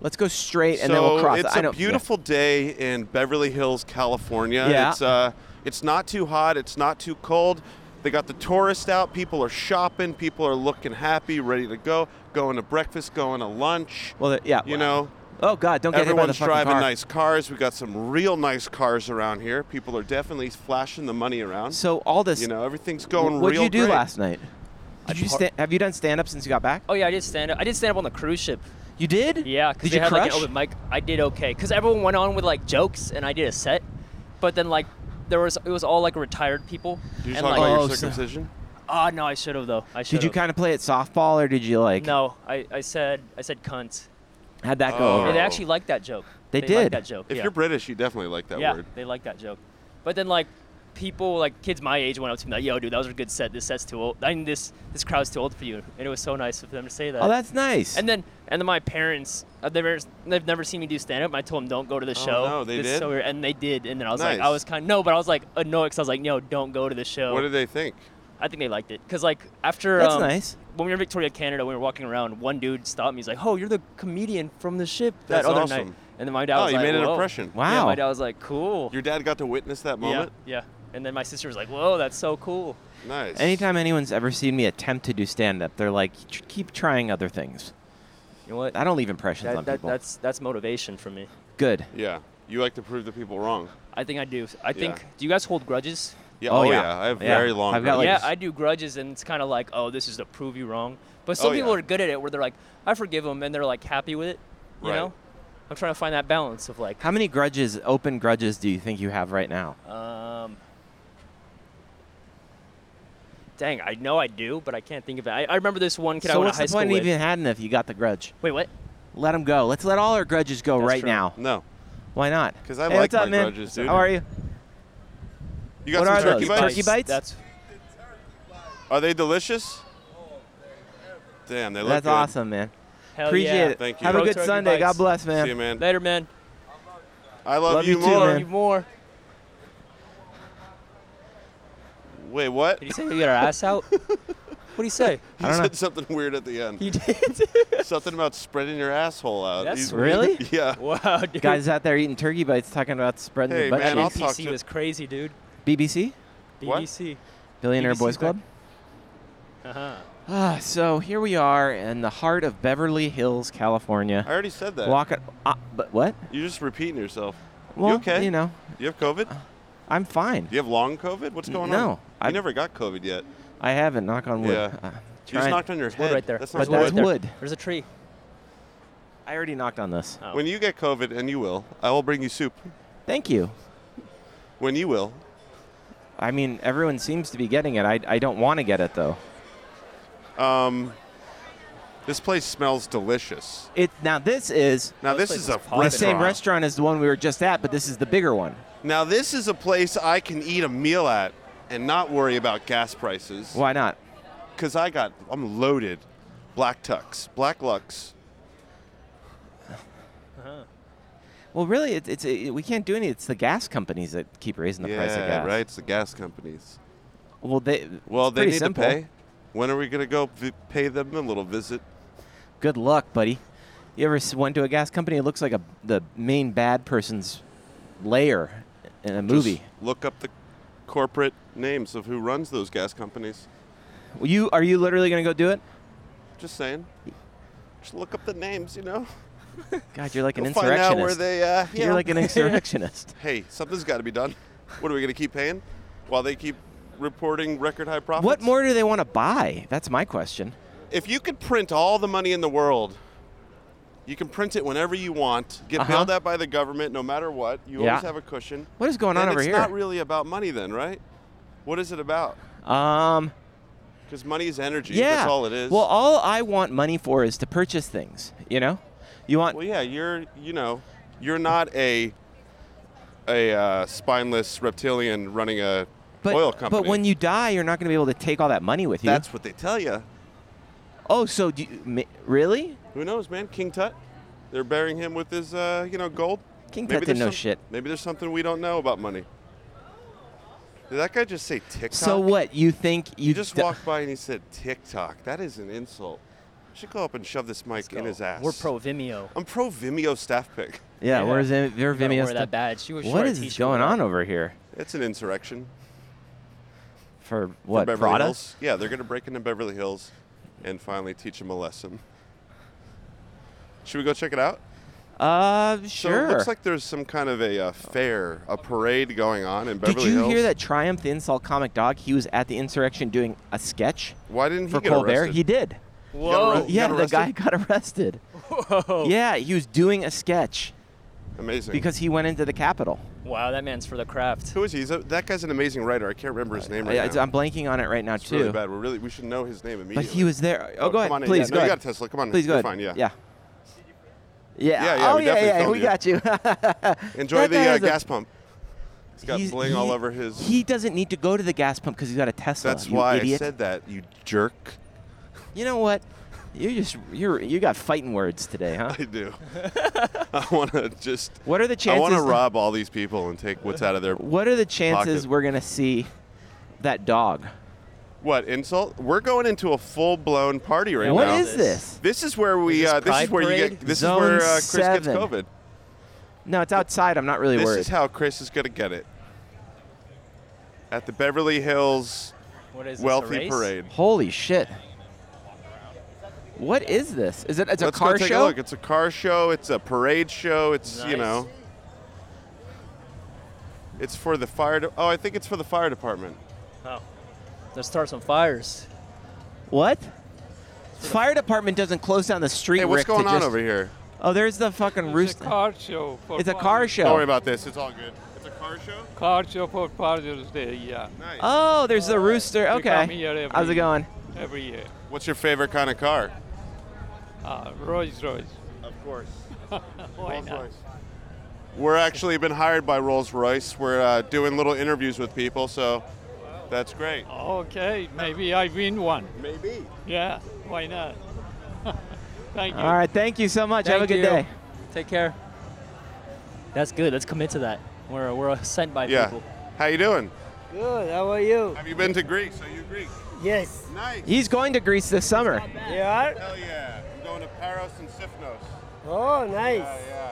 S2: Let's go straight, and
S1: so
S2: then we'll cross.
S1: it's
S2: I
S1: a
S2: don't- yeah.
S1: beautiful day in Beverly Hills, California.
S2: Yeah.
S1: It's uh, it's not too hot. It's not too cold. They got the tourists out. People are shopping. People are looking happy, ready to go. Going to breakfast. Going to lunch.
S2: Well, th- yeah.
S1: you know.
S2: Oh God, don't get hit by the
S1: Everyone's
S2: fucking
S1: driving
S2: car.
S1: nice cars. We got some real nice cars around here. People are definitely flashing the money around.
S2: So Aldous,
S1: you know, everything's going
S2: what did
S1: real
S2: you do
S1: great.
S2: last night? Did you sta- have you done stand up since you got back?
S3: Oh yeah, I did stand up. I did stand up on the cruise ship.
S2: You did?
S3: Yeah, because
S2: Did
S3: they
S2: you
S3: had
S2: crush?
S3: like an open mic. I did okay, because everyone went on with like jokes, and I did a set, but then like there was it was all like retired people.
S1: Did you
S3: and,
S1: talk
S3: like,
S1: about
S2: Oh,
S1: your
S2: so-
S1: circumcision?
S3: oh, Ah, no, I should have though. I should.
S2: Did you kind of play it softball, or did you like?
S3: No, I, I said I said cunt.
S2: How'd that go?
S1: Oh.
S2: over?
S3: They actually liked that joke.
S2: They
S3: liked
S2: did.
S3: that joke.
S1: If
S3: yeah.
S1: you're British, you definitely like that
S3: yeah,
S1: word.
S3: they like that joke. But then like people like kids my age went up to me like, "Yo, dude, that was a good set. This set's too old. I mean, this this crowd's too old for you." And it was so nice of them to say that.
S2: Oh, that's nice.
S3: and then and then my parents I've never they've never seen me do stand up. and I told them don't go to the
S1: Oh,
S3: show.
S1: no, they
S3: This is
S1: did?
S3: So weird. And they did. And then I was like,
S1: Nice.
S3: I was kind of no, but I was like annoyed because I was like, "Yo, don't go to the show."
S1: What did they think?
S3: I think they liked it because like after
S2: That's
S3: um,
S2: nice.
S3: When we were in Victoria, Canada, we were walking around. One dude stopped me. He's like, "Oh, you're the comedian from the ship that
S1: That's
S3: other
S1: awesome.
S3: night." And then my dad
S1: oh,
S3: was
S1: you
S3: like,
S1: made an
S3: "Whoa."
S1: impression.
S2: Wow.
S3: Yeah, my dad was like, "Cool."
S1: Your dad got to witness that moment.
S3: Yeah, yeah. And then my sister was like, "Whoa, that's so cool."
S1: Nice.
S2: Anytime anyone's ever seen me attempt to do stand up, they're like, "Tr- keep trying other things.
S3: You know what?
S2: I don't leave impressions
S3: That-
S2: on
S3: that-
S2: people.
S3: that's that's motivation for me.
S2: good.
S1: Yeah. You like to prove the people wrong.
S3: I think I do. I think.
S1: Yeah.
S3: Do you guys hold grudges?
S1: Yeah.
S2: Oh,
S1: Oh,
S2: yeah.
S1: yeah. I have
S2: Yeah.
S1: very long.
S2: I've got, like,
S1: grudges.
S3: yeah, I do grudges, and it's kind of like, "Oh, this is to prove you wrong." But some
S1: Oh,
S3: people
S1: yeah.
S3: are good at it, where they're like, "I forgive them," and they're like happy with it. You
S1: Right.
S3: know, I'm trying to find that balance of like,
S2: How many grudges, open grudges, do you think you have right now?
S3: um, dang, I know I do, but I can't think of it. I, I remember this one kid I
S2: so
S3: went
S2: what's
S3: to high
S2: the
S3: school
S2: point
S3: with.
S2: of even having if you got the grudge?
S3: Wait, what?
S2: Let them go. Let's let all our grudges go
S3: That's
S2: right
S3: true.
S2: now.
S1: no.
S2: Why not?
S1: 'Cause I
S2: hey,
S1: like
S2: what's up,
S1: my
S2: man?
S1: grudges, dude.
S2: How are you?
S1: You got
S2: What
S1: some
S2: are
S1: turkey
S2: those?
S1: bites?
S2: Turkey bites?
S3: That's
S1: Are they delicious? Damn, they look
S2: That's
S1: good.
S2: awesome, man.
S3: hell
S2: Appreciate
S3: yeah.
S2: it.
S1: Thank you.
S2: Have a
S3: Pro
S2: good
S3: turkey
S2: Sunday. God
S3: bites.
S2: bless, man.
S1: See you, man.
S3: Later, man.
S1: I love,
S2: Love
S1: you,
S2: you too,
S1: more.
S2: man.
S3: Give more.
S1: Wait, what? [laughs]
S3: Did he say you got our ass out? What did he say?
S1: He
S2: I don't
S1: said
S2: know.
S1: something weird at the end.
S3: He did.
S1: something about spreading your asshole out.
S3: That's
S1: He's-
S2: Really?
S1: [laughs] Yeah.
S3: [laughs] wow,
S2: [laughs]
S3: dude.
S2: Guys out there eating turkey bites talking about spreading
S1: Hey,
S2: the butt
S1: man, I'll
S2: cheeks.
S1: talk
S3: BBC
S1: to-
S3: was crazy, dude.
S2: BBC?
S1: What?
S3: BBC.
S2: Billionaire
S3: BBC 's
S2: Boys
S3: back.
S2: Club?
S3: Uh-huh.
S2: Ah, so here we are in the heart of Beverly Hills, California.
S1: I already said that.
S2: Walk, uh, but what?
S1: You're just repeating yourself.
S2: Well,
S1: you okay?
S2: you know,
S1: You have COVID?
S2: I'm fine.
S1: Do you have long COVID? What's going on?
S2: no,
S1: You
S2: I-
S1: never got COVID yet.
S2: I haven't. Knock on wood.
S1: Yeah.
S2: Uh,
S1: You just
S2: trying-
S1: knocked on your
S3: Wood
S1: head.
S3: right there.
S1: That's
S2: But
S1: not
S3: There's
S2: that's
S1: wood.
S2: wood.
S3: there. There's a tree.
S2: I already knocked on this.
S3: Oh.
S1: When you get COVID, and you will, I will bring you soup.
S2: Thank you.
S1: When you will.
S2: I mean, everyone seems to be getting it. I, I don't want to get it though.
S1: Um, this place smells delicious.
S2: It now this is
S1: Now this,
S3: This place
S1: is
S3: is
S1: a
S3: popping.
S2: the
S1: restaurant.
S2: same restaurant as the one we were just at, but this is the bigger one.
S1: Now this is a place I can eat a meal at and not worry about gas prices.
S2: Why not?
S1: Because I got, I'm loaded. Black Tux, Black Lux.
S2: Well, really, it, it's it, we can't do any. It's the gas companies that keep raising the
S1: yeah,
S2: price of gas.
S1: right. It's the gas companies.
S2: Well, they
S1: Well,
S2: it's
S1: they
S2: pretty
S1: need
S2: simple.
S1: to pay. When are we gonna go v- pay them a little visit?
S2: Good luck, buddy. You ever s- went to a gas company? It looks like a the main bad person's lair in a movie.
S1: Just look up the corporate names of who runs those gas companies.
S2: Well, you are you literally gonna go do it?
S1: Just saying. Just look up the names, you know.
S2: God, you're like an
S1: Go find
S2: insurrectionist.
S1: out where they. Uh, yeah.
S2: [laughs] You're like
S1: [laughs]
S2: an insurrectionist.
S1: hey, something's got to be done. What are we gonna keep paying while they keep reporting record high profits?
S2: what more do they want to buy? That's my question.
S1: If you could print all the money in the world, you can print it whenever you want. Get
S2: Uh-huh.
S1: bailed out by the government, no matter what. You
S2: Yeah.
S1: always have a cushion.
S2: What is going on
S1: Then
S2: over
S1: it's
S2: here?
S1: not really about money, then, right? What is it about?
S2: um,
S1: Because money is energy.
S2: yeah.
S1: That's all it is.
S2: Well, all I want money for is to purchase things. You know, you want
S1: Well, yeah, you're, you know, you're not a a uh, spineless reptilian running a
S2: but,
S1: oil company.
S2: But when you die, you're not going to be able to take all that money with you.
S1: that's what they tell you.
S2: oh, so do you, ma- really?
S1: Who knows, man? King Tut. They're burying him with his, uh, you know, gold.
S2: King
S1: Maybe
S2: Tut
S1: there's
S2: didn't know
S1: some-
S2: shit.
S1: Maybe there's something we don't know about money. Did that guy just say TikTok?
S2: So what? You think you
S1: He just
S2: d-
S1: walked by and he said TikTok. That is an insult. I should go up and shove this mic in his ass.
S3: We're pro Vimeo.
S1: I'm pro Vimeo staff pick.
S2: Yeah,
S3: Yeah.
S2: where's it, your
S3: You gotta
S2: Vimeo
S3: wear
S2: stuff?
S3: that badge. You were
S2: What
S3: short
S2: is
S3: a
S2: this
S3: t-shirt
S2: going
S3: with
S2: on
S3: that.
S2: over here?
S1: It's an insurrection.
S2: For
S1: for
S2: what?
S1: Beverly
S2: Prada?
S1: Hills. Yeah, they're gonna break into Beverly Hills and finally teach them a lesson. Should we go check it out?
S2: Uh,
S1: So
S2: sure.
S1: it looks like there's some kind of a uh, fair, a parade going on in Beverly
S2: Did you
S1: Hills.
S2: hear that Triumph the Insult Comic Dog? He was at the insurrection doing a sketch
S1: Why didn't he
S2: for
S1: get
S2: Colbert.
S1: arrested?
S2: He did.
S1: Whoa.
S2: yeah,
S1: got
S2: the guy got arrested.
S3: Whoa.
S2: Yeah, he was doing a sketch
S1: Amazing.
S2: because he went into the Capitol.
S3: Wow, that man's for the craft.
S1: Who is he? He's a, that guy's an amazing writer. I can't remember his name right
S2: I,
S1: now.
S2: am blanking on it right now
S1: it's
S2: too.
S1: really bad. We really we should know his name immediately.
S2: But he was there. Oh, go
S1: come on
S2: ahead,
S1: in.
S2: please.
S1: Yeah,
S2: go
S1: no, you
S2: ahead.
S1: got a Tesla. Come on. in.
S2: Please go
S1: You're
S2: ahead.
S1: Fine. Yeah.
S2: Yeah. Yeah.
S1: Yeah, yeah,
S2: oh
S1: we
S2: yeah,
S1: definitely
S2: yeah.
S1: filmed
S2: We
S1: you.
S2: got you.
S1: Enjoy
S2: [laughs] That
S1: the
S2: guy
S1: uh,
S2: has a-
S1: gas pump. He's got
S2: He's-
S1: bling
S2: he,
S1: all over his.
S2: He doesn't need to go to the gas pump because he's got a Tesla.
S1: That's
S2: you
S1: why
S2: idiot.
S1: I said that. You jerk.
S2: You know what? You just you're you got fighting words
S1: [laughs]
S2: today, huh?
S1: I do. I want to just.
S2: What are the
S1: I
S2: chances?
S1: want to rob all these people and take what's out of their.
S2: What are the chances
S1: Pocket.
S2: we're gonna see that dog?
S1: What insult? We're going into a full-blown party right
S3: Yeah,
S2: What
S1: now.
S2: is this?
S1: This is where we.
S3: Is this
S1: uh, this is
S3: Pride
S1: where you
S3: Parade?
S1: get. This
S2: Zone
S1: is where uh, Chris gets
S2: seven.
S1: COVID.
S2: No, it's outside. I'm not really
S1: This
S2: worried.
S1: is how Chris is gonna get it. At the Beverly Hills
S3: What is this, a
S1: Wealthy
S3: race?
S1: Parade.
S2: Holy shit! What is this? Is it? It's a
S1: Let's
S2: car
S1: go take
S2: show.
S1: a look. It's a car show. It's a parade show. It's you
S3: Nice.
S1: know. It's for the fire. De- oh, I think it's for the fire department.
S3: Oh. Let's start some fires.
S2: what? Fire department doesn't close down the street.
S1: Hey, what's
S2: Rick, to
S1: going on
S2: just-
S1: over here?
S2: Oh, there's the fucking
S6: It's
S2: roost.
S6: a car show. For
S2: It's a
S6: Father's-
S2: car
S1: Don't worry
S2: show.
S1: about this. It's all good. It's a car show.
S6: Car show for Father's Day, yeah.
S1: Nice.
S2: Oh, there's the rooster.
S6: We come here
S2: Okay.
S6: every-
S2: How's it going?
S6: Every year.
S1: What's your favorite kind of car?
S6: Uh, Rolls Royce.
S1: Of course.
S6: Why not?
S1: We're actually been hired by Rolls Royce. We're uh, doing little interviews with people, so that's great.
S6: Okay, maybe I win one.
S1: Maybe.
S6: Yeah, why not? [laughs] Thank you.
S2: All right. Thank you so much. Have a
S3: Thank
S2: good
S3: you.
S2: day.
S3: Take care. That's good. Let's commit to that. We're, we're sent by
S1: Yeah.
S3: people.
S1: How you doing?
S7: Good, how are you?
S1: Have you been to Greece? Are you Greek?
S7: Yes.
S1: Nice.
S2: He's going to Greece this summer.
S7: You are?
S1: Hell yeah. I'm going to Paros and Sifnos.
S7: Oh, nice.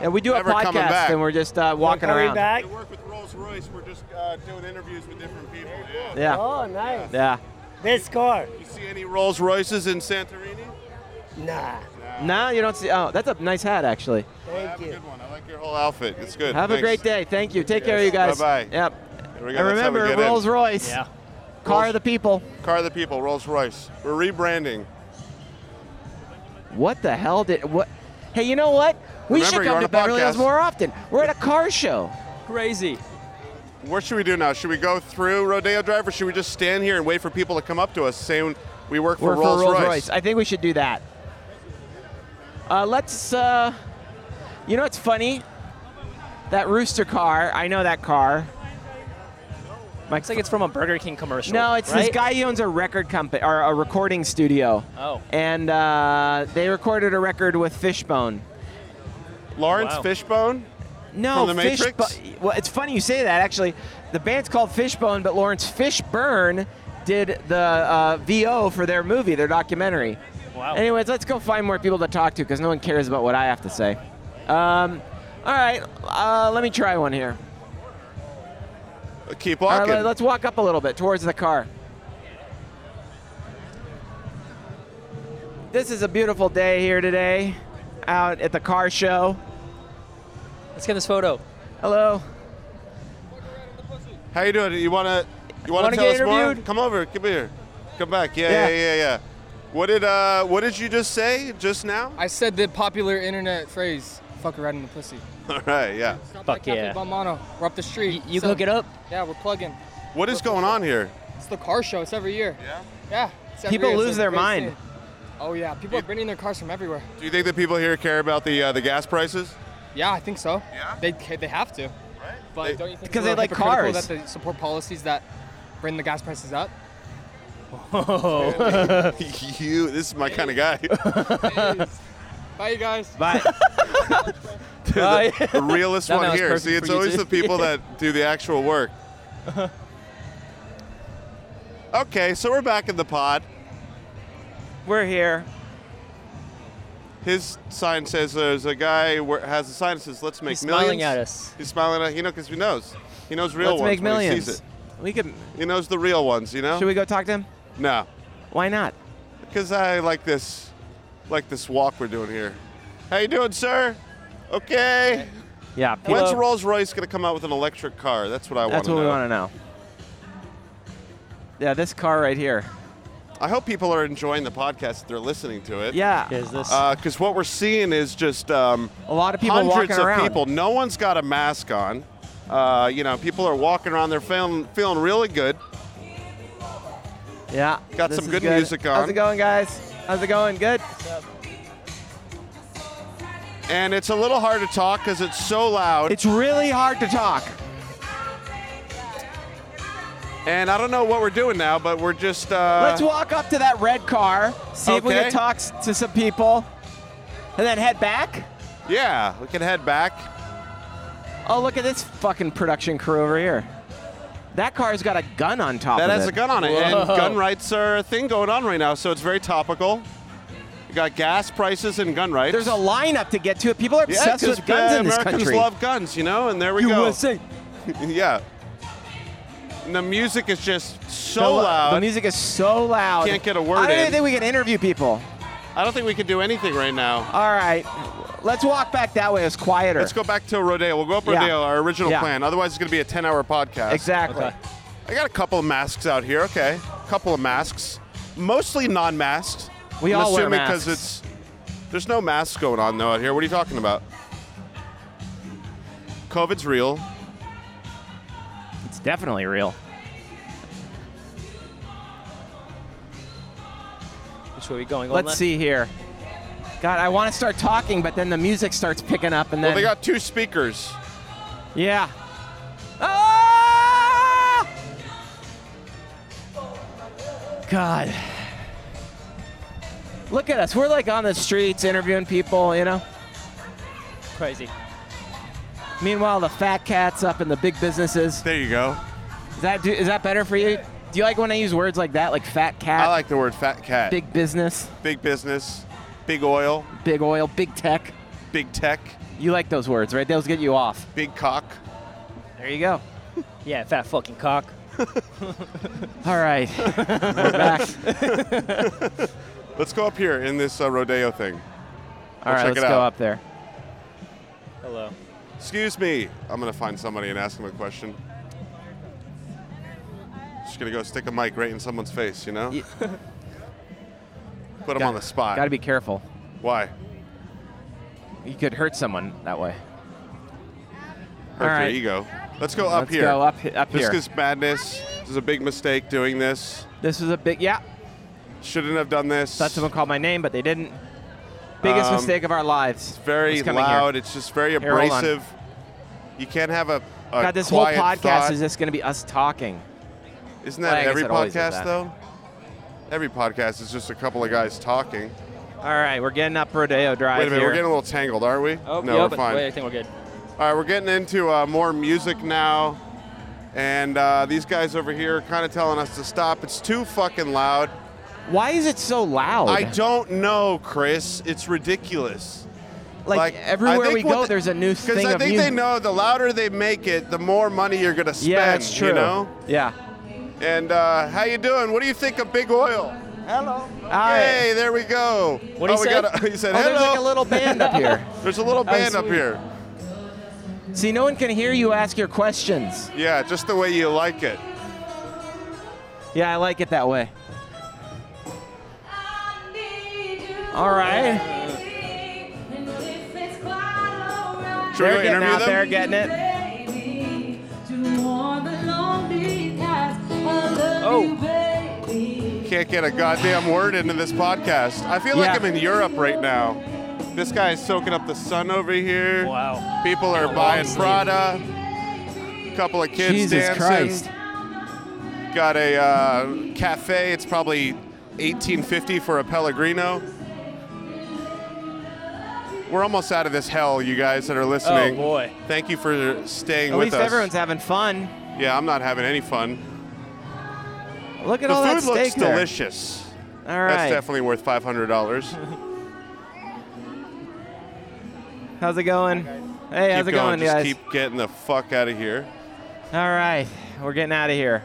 S2: Yeah, we do
S1: Never
S2: a
S1: coming
S2: podcast
S1: back.
S2: and we're just uh, walking
S7: Coming
S2: around.
S7: back?
S1: I work with Rolls Royce. We're just uh, doing interviews with different people. Yeah.
S2: Yeah.
S7: Oh, nice.
S2: Yeah.
S7: Best car?
S1: You see any Rolls Royces in Santorini?
S7: Nah.
S2: No, you don't see. Oh, that's a nice hat, actually.
S7: Thank
S1: Have a
S7: you.
S1: good one. I like your whole outfit. It's good.
S2: Have a
S1: Thanks.
S2: great day. Thank you. Take care of you guys.
S1: Bye-bye.
S2: Yep.
S1: Here we go.
S2: And
S1: That's how we
S2: remember,
S1: get in.
S2: Rolls Royce,
S3: Yeah.
S2: car
S1: Rolls-
S2: of the people.
S1: Car of the people, Rolls Royce. We're rebranding.
S2: What the hell did what? Hey, you know what? We
S1: Remember,
S2: should
S1: you're
S2: come
S1: on
S2: to
S1: a
S2: Beverly Hills
S1: podcast.
S2: more often. We're at a car show.
S3: Crazy.
S1: What should we do now? Should we go through Rodeo Drive or should we just stand here and wait for people to come up to us saying we work [laughs] for,
S2: We're
S1: Rolls,
S2: for Rolls Royce.
S1: Royce?
S2: I think we should do that. Uh, let's. Uh, you know what's funny? That rooster car. I know that car.
S3: Looks like it's from a Burger King commercial.
S2: No, it's this
S3: right?
S2: guy. He owns a record company or a recording studio.
S3: Oh.
S2: And uh, they recorded a record with Fishbone.
S1: Lawrence
S3: Wow.
S1: Fishbone?
S2: No,
S1: From the
S2: Fishbone.
S1: Matrix?
S2: Well, it's funny you say that. Actually, the band's called Fishbone, but Lawrence Fishburne did the uh, VO for their movie, their documentary.
S3: Wow.
S2: Anyways, let's go find more people to talk to because no one cares about what I have to say. Um, all right, uh, let me try one here.
S1: Keep
S2: All right,
S1: walking.
S2: let- let's walk up a little bit towards the car. This is a beautiful day here today, out at the car show.
S3: Let's get this photo.
S2: Hello.
S1: How you doing? You wanna you wanna,
S2: Wanna
S1: tell
S2: get
S1: us more?
S2: interviewed?
S1: Come over. Come here. Come back. Yeah, yeah,
S2: Yeah.
S1: yeah, yeah. What did uh what did you just say just now?
S8: I said the popular internet phrase, fuck right in the pussy.
S1: [laughs] All right, yeah.
S8: Stop
S3: Fuck
S8: Cafe
S3: yeah.
S8: Bombano. We're up the street.
S3: You
S8: So-
S3: hook
S1: [laughs]
S3: it up.
S8: Yeah, we're plugging.
S1: What is going on here?
S8: It's the car show. It's every year.
S1: Yeah.
S8: Yeah. it's every
S2: People
S8: year. It's
S2: lose
S8: a
S2: their
S8: great
S2: mind.
S8: scene. Oh yeah, people are bringing their cars from everywhere.
S1: Do you think the people here care about the uh, the gas prices? [laughs]
S8: Yeah, I think so.
S1: Yeah?
S8: They ca- they have to. Right. But
S1: They-
S8: don't you think it's
S2: Because
S8: a
S2: they
S8: little
S2: like
S8: hypocritical
S2: cars.
S8: that they support policies that bring the gas prices up?
S1: you this is my kind of
S2: [laughs]
S1: guy.
S8: Bye you guys.
S2: Bye.
S3: Bye.
S1: the realest
S3: That
S1: one
S3: man was
S1: here.
S3: perfect
S1: See, it's
S3: for you
S1: always
S3: too.
S1: the people that
S3: [laughs]
S1: do the actual work. okay, so we're back in the pod.
S2: We're here.
S1: His sign says there's a guy where has a sign that says "Let's make
S3: He's
S1: millions.
S3: smiling at us.
S1: He's smiling at you know because he knows. He knows real
S2: Let's
S1: ones.
S2: make
S1: when he sees
S2: millions.
S1: it.
S2: We could.
S1: He knows the real ones. You know.
S2: Should we go talk to him?
S1: No,
S2: Why not?
S1: because I like this, like this walk we're doing here. How you doing, sir? Okay.
S2: Yeah.
S1: When's Rolls Royce gonna come out with an electric car? That's what I want
S2: That's
S1: to know.
S2: what we want to know. Yeah, this car right here.
S1: I hope people are enjoying the podcast. If they're listening to it.
S2: Yeah.
S3: [laughs] Is this?
S1: Because what we're seeing is just um,
S2: a lot of people
S1: hundreds
S2: walking
S1: of
S2: around.
S1: people. No one's got a mask on. Uh, you know, people are walking around. They're feeling feeling really good.
S2: Yeah.
S1: Got
S2: this
S1: some
S2: is
S1: good music on.
S2: How's it going, guys? How's it going? Good.
S1: And it's a little hard to talk because it's so loud.
S2: It's really hard to talk.
S1: and I don't know what we're doing now, but we're just. Uh,
S2: Let's walk up to that red car, see if we
S1: okay.
S2: can talk s- to some people, and then head back.
S1: yeah, we can head back.
S2: Oh, look at this fucking production crew over here. That car's got a gun on top
S1: That
S2: of
S1: has
S2: it.
S1: a gun on it, and
S3: Whoa.
S1: gun rights are a thing going on right now, so it's very topical. We got gas prices and gun rights.
S2: There's a lineup to get to it. People are
S1: Yeah,
S2: obsessed
S1: 'cause,
S2: with guns
S1: uh,
S2: in this
S1: Americans
S2: country.
S1: love guns, you know, and there we go. yeah. And the music is just so
S2: The lo-
S1: loud.
S2: The music is so loud.
S1: Can't get a word
S2: I don't
S1: in.
S2: even think we can interview people.
S1: I don't think we can do anything right now.
S2: All right. Let's walk back that way. It's quieter.
S1: Let's go back to Rodeo. We'll go up
S2: Yeah.
S1: Rodeo, our original
S2: Yeah.
S1: plan. Otherwise, it's going to be a 10 hour podcast.
S2: Exactly.
S4: Okay.
S1: I got a couple of masks out here. Okay. A couple of masks. Mostly non masked.
S2: We
S1: I'm
S2: all wear
S1: assuming because
S2: masks.
S1: it's. There's no masks going on, though, out here. What are you talking about? COVID's real.
S2: It's definitely real.
S3: Which way are we going? Going
S2: Let's
S3: left?
S2: see here. God, I want to start talking, but then the music starts picking up, and then
S1: Well, they got two speakers.
S2: yeah. Ah! God, look at us. We're like on the streets interviewing people, you know.
S3: Crazy.
S2: Meanwhile, the fat cats up in the big businesses.
S1: There you go.
S2: Is that do, is that better for you? Do you like when I use words like that, like fat cat,
S1: I like the word fat cat.
S2: big business,
S1: big business, big oil,
S2: big oil, big tech?
S1: big tech,
S2: You like those words, right? Those get you off.
S1: big cock.
S2: There you go.
S3: [laughs] Yeah, fat fucking cock.
S2: [laughs]
S3: [laughs]
S2: All right, we're back. All
S1: Let's go up here in this uh, rodeo thing.
S2: right,
S1: check
S2: let's
S1: it
S2: go
S1: out.
S2: up there.
S3: Hello.
S1: Excuse me. I'm gonna find somebody and ask them a question. Just gonna go stick a mic right in someone's face, you know?
S2: Ye-
S1: Put them
S2: Got-
S1: on the spot.
S2: Got to be careful.
S1: Why?
S2: You could hurt someone that way.
S1: Hurt
S2: All
S1: your
S2: right.
S1: ego. Let's go up
S2: Let's
S1: here.
S2: go up he- up
S1: This
S2: here.
S1: is madness. This is a big mistake doing this.
S2: This was a big yeah.
S1: Shouldn't have done this.
S2: Thought someone called my name, but they didn't. Biggest
S1: Um,
S2: mistake of our lives.
S1: very
S2: was coming here.
S1: loud. It's just very
S2: Here, hold on.
S1: abrasive. You can't have a, a
S2: God, this whole
S1: uh, quiet
S2: podcast
S1: thought.
S2: is just going to be us talking.
S1: Isn't
S2: Well,
S1: that
S2: I guess
S1: every
S2: it always is
S1: podcast
S2: that.
S1: though? Every podcast is just a couple of guys talking.
S2: All right, we're getting up Rodeo Drive
S1: Wait a minute,
S2: here.
S1: we're getting a little tangled, aren't we?
S3: Oh,
S1: no,
S3: yeah,
S1: we're
S3: but
S1: fine.
S3: Wait, I think we're good.
S1: All right, we're getting into uh, more music now, and uh, these guys over here are kind of telling us to stop. It's too fucking loud.
S2: Why is it so loud?
S1: I don't know, Chris. It's ridiculous.
S2: like,
S1: Like, I
S2: everywhere
S1: think
S2: we
S1: what
S2: go,
S1: the-
S2: there's a new thing
S1: Because I
S2: of
S1: think
S2: music.
S1: they know the louder they make it, the more money you're gonna spend.
S2: yeah, that's true.
S1: You know.
S2: Yeah.
S1: And uh, how you doing? What do you think of Big Oil?
S2: All right.
S1: Hey, there we go.
S3: What do you
S1: oh, we
S3: say?
S1: got a- [laughs] he said
S2: Oh,
S1: hello.
S2: there's like a little band
S1: [laughs]
S2: up here.
S1: There's a little band up
S2: sweet.
S1: here.
S2: See, no one can hear you ask your questions.
S1: Yeah, just the way you like it.
S2: Yeah, I like it that way. All right.
S1: Should we go
S2: They're getting
S1: interview
S2: out
S1: them?
S2: there, getting it.
S1: Can't get a goddamn word into this podcast. I feel like
S2: Yeah.
S1: I'm in Europe right now. This guy is soaking up the sun over here.
S3: Wow.
S1: People are buying Prada. Couple of kids
S2: Jesus
S1: dancing.
S2: Christ.
S1: Got a uh, cafe. It's probably 1850 for a Pellegrino. We're almost out of this hell, you guys that are listening.
S3: Oh, boy.
S1: Thank you for staying
S2: Oh, At
S1: with
S2: least
S1: us.
S2: everyone's having fun.
S1: yeah, I'm not having any fun.
S2: Look at
S1: The
S2: all
S1: food
S2: that steak
S1: looks
S2: there.
S1: delicious.
S2: All
S1: That's
S2: right.
S1: definitely worth $500.
S2: How's it going? Hey, how's
S1: keep
S2: it going,
S1: Just
S2: guys?
S1: keep getting the fuck out of here.
S2: All right, we're getting out of here.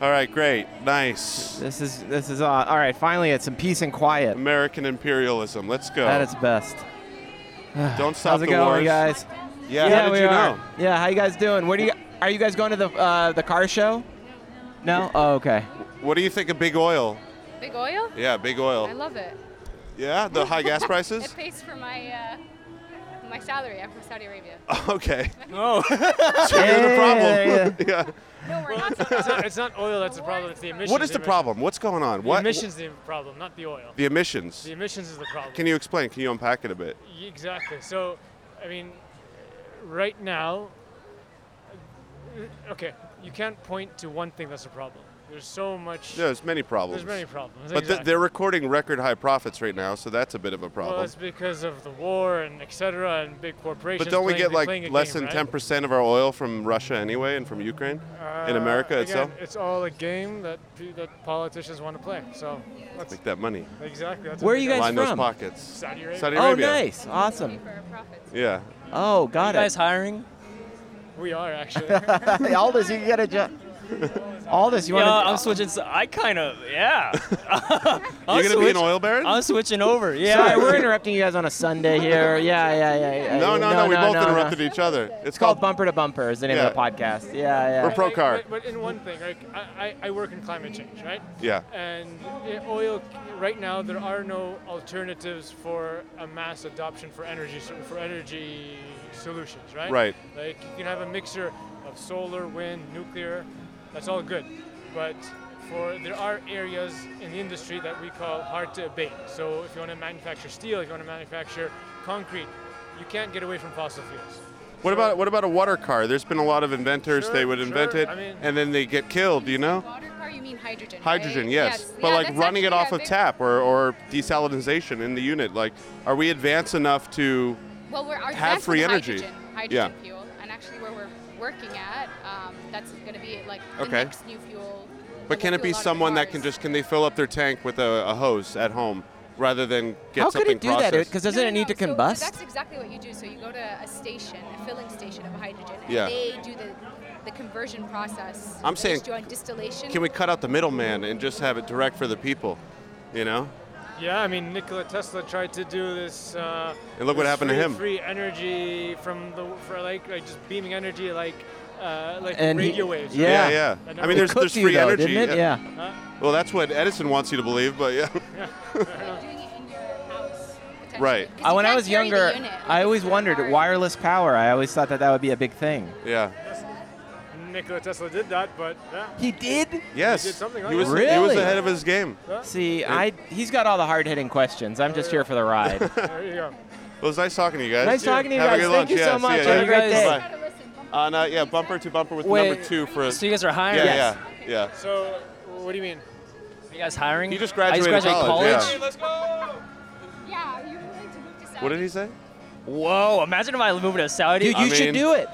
S1: All right, great. Nice.
S2: This is this is aw- all right. Finally, it's some peace and quiet.
S1: American imperialism. Let's go.
S2: At its best.
S1: Don't stop
S2: How's it
S1: the
S2: going,
S1: wars.
S2: guys?
S1: Yeah, how did
S2: we
S1: you
S2: are.
S1: know?
S2: Yeah, how you guys doing? Where do you are you guys going to the uh, the car show? No. Oh, okay.
S1: What do you think of big oil?
S9: Big oil?
S1: Yeah, big
S9: I
S1: oil.
S9: love it.
S1: Yeah, the high gas
S9: [laughs] It
S1: prices?
S9: pays for my uh, my salary. I'm from Saudi Arabia.
S1: [laughs] Okay.
S10: Oh,
S1: [laughs]
S2: [laughs]
S1: So you're the
S2: Yeah,
S1: problem. [laughs] yeah.
S9: No, we're not.
S11: it's, not, it's not oil that's the problem. It's the emissions.
S1: What is the
S11: emission-
S1: problem? What's going on?
S11: The
S1: what
S11: emissions the problem, not the oil.
S1: The emissions.
S11: The emissions is the problem.
S1: Can you explain? Can you unpack it a bit?
S11: Y- Exactly. So, I mean, right now, uh, okay, you can't point to one thing that's a problem. There's so much.
S1: There's many problems.
S11: There's many problems.
S1: But th-
S11: exactly.
S1: they're recording record high profits right now, so that's a bit of a problem.
S11: Well, it's because of the war and et cetera and big corporations.
S1: but don't we
S11: playing-
S1: get like
S11: playing a
S1: less
S11: game,
S1: than
S11: right?
S1: 10% of our oil from Russia anyway and from Ukraine? in
S11: Uh,
S1: America
S11: again,
S1: itself?
S11: It's all a game that pe- that politicians want to play. So that's
S1: Make that money.
S11: exactly. That's
S2: Where
S11: what
S2: are you
S11: they
S2: guys
S1: Line those
S2: from?
S1: pockets.
S11: Saudi Arabia.
S1: Saudi
S2: Oh,
S1: Arabia.
S2: nice. Awesome.
S9: For our profits.
S1: Yeah.
S2: Oh, got
S3: You guys
S2: it.
S3: hiring?
S11: do. We
S1: [laughs]
S11: are
S2: [laughs]
S11: actually.
S2: Aldous, you can get a
S3: [laughs]
S2: job. Aldous, you
S3: yeah,
S2: want to?
S3: I'm switching. s- I kind of,
S2: [laughs]
S3: yeah. [laughs] I'm
S1: You're going to be an
S3: switch-
S1: oil baron?
S3: I'm switching
S1: [laughs]
S3: over. Yeah.
S2: Sorry, we're interrupting you guys on a Sunday
S3: [laughs]
S2: here. Yeah, yeah, yeah. yeah.
S1: no, no, no, We both
S2: no.
S1: interrupted each other. It's
S2: It's called
S1: called.
S2: Bumper to Bumper is the name of the
S1: Yeah.
S2: podcast. Yeah,
S1: We're
S2: yeah.
S1: pro car.
S11: But, but in one thing, like I, I, I work in climate change, right?
S1: Yeah.
S11: And the oil, right now, there are no alternatives for a mass adoption for energy so- for energy solutions, right?
S1: Right.
S11: Like you can have a mixture of solar, wind, nuclear. That's all good, but for there are areas in the industry that we call hard to abate. So if you want to manufacture steel, if you want to manufacture concrete, you can't get away from fossil fuels.
S1: What about what about a water car? There's been a lot of inventors.
S11: Sure,
S1: they would invent
S11: sure.
S1: it,
S11: I mean-
S1: and then they get killed. You know,
S9: Water car, you mean hydrogen?
S1: hydrogen,
S9: right?
S1: yes, but
S9: Yeah,
S1: like
S9: that's
S1: running it
S9: actually
S1: off
S9: a
S1: of
S9: big-
S1: tap or, or desalinization in the unit. Like, are we advanced enough to?
S9: Well, we're our
S1: have
S9: that's
S1: free
S9: with
S1: energy.
S9: Hydrogen,
S1: Yeah.
S9: hydrogen fuel, and actually where we're working at, um, that's going to be like the
S1: Okay.
S9: next new fuel.
S1: But can it be someone that can just can they fill up their tank with a, a hose at home rather than get
S2: How could
S1: something
S2: it do that?
S1: processed?
S2: Because doesn't
S9: No,
S2: it
S9: no,
S2: need to
S9: no. So-
S2: combust?
S9: So that's exactly what you do. So you go to a station, a filling station of hydrogen, and
S1: Yeah.
S9: they do the, the conversion process.
S1: I'm
S9: They
S1: saying-
S9: just do on distillation.
S1: can we cut out the middleman and just have it direct for the people? You know,
S11: Yeah, I mean Nikola Tesla tried to do this. Uh,
S1: And look what
S11: this
S1: happened to
S11: free-
S1: him.
S11: Free energy from the for like like just beaming energy like uh, like
S2: And he-
S11: radio waves. right?
S2: Yeah.
S1: yeah.
S11: That
S1: I
S11: never-
S1: mean, there's
S2: Cooked
S1: there's
S2: you,
S1: free
S2: though,
S1: energy.
S2: Didn't it? Yeah.
S1: Well, that's what Edison wants you to believe, but yeah. [laughs]
S9: You're doing it in your house. potentially.
S1: Right.
S9: 'Cause
S2: I,
S9: you
S2: Uh, when I
S9: can't
S2: was
S9: carry the
S2: younger,
S9: unit.
S2: I
S9: It's
S2: always
S9: so
S2: wondered
S9: hard.
S2: wireless power. I always thought that that would be a big thing.
S1: yeah.
S11: Nikola Tesla did that, but yeah.
S2: He did.
S1: Yes.
S11: He did something like
S1: He was
S2: that.
S1: he was
S2: Really?
S1: ahead of his game.
S2: See, I he's got all the hard-hitting questions. I'm just here for the
S1: [laughs]
S2: ride.
S11: there you go.
S1: Well, it was nice talking to you guys.
S2: nice talking to you
S1: Have
S2: guys.
S1: A good
S2: Thank
S1: lunch.
S2: you
S1: yeah,
S2: so much.
S1: See ya.
S2: Have a
S3: You
S2: great
S3: guys-
S2: day.
S1: Bye. On uh, yeah, bumper to bumper with
S2: Wait.
S1: number two for.
S3: [laughs] So you guys are hiring?
S1: yeah,
S2: Yes.
S1: yeah, yeah.
S11: So what do you mean?
S3: Are you guys hiring?
S1: He just
S3: I just
S1: graduated
S3: graduated
S1: college,
S9: Yeah, you were willing to move to Saudi.
S1: What did he say?
S3: Whoa! Imagine if I moved to Saudi.
S2: Dude, you
S1: I mean-
S2: should do it.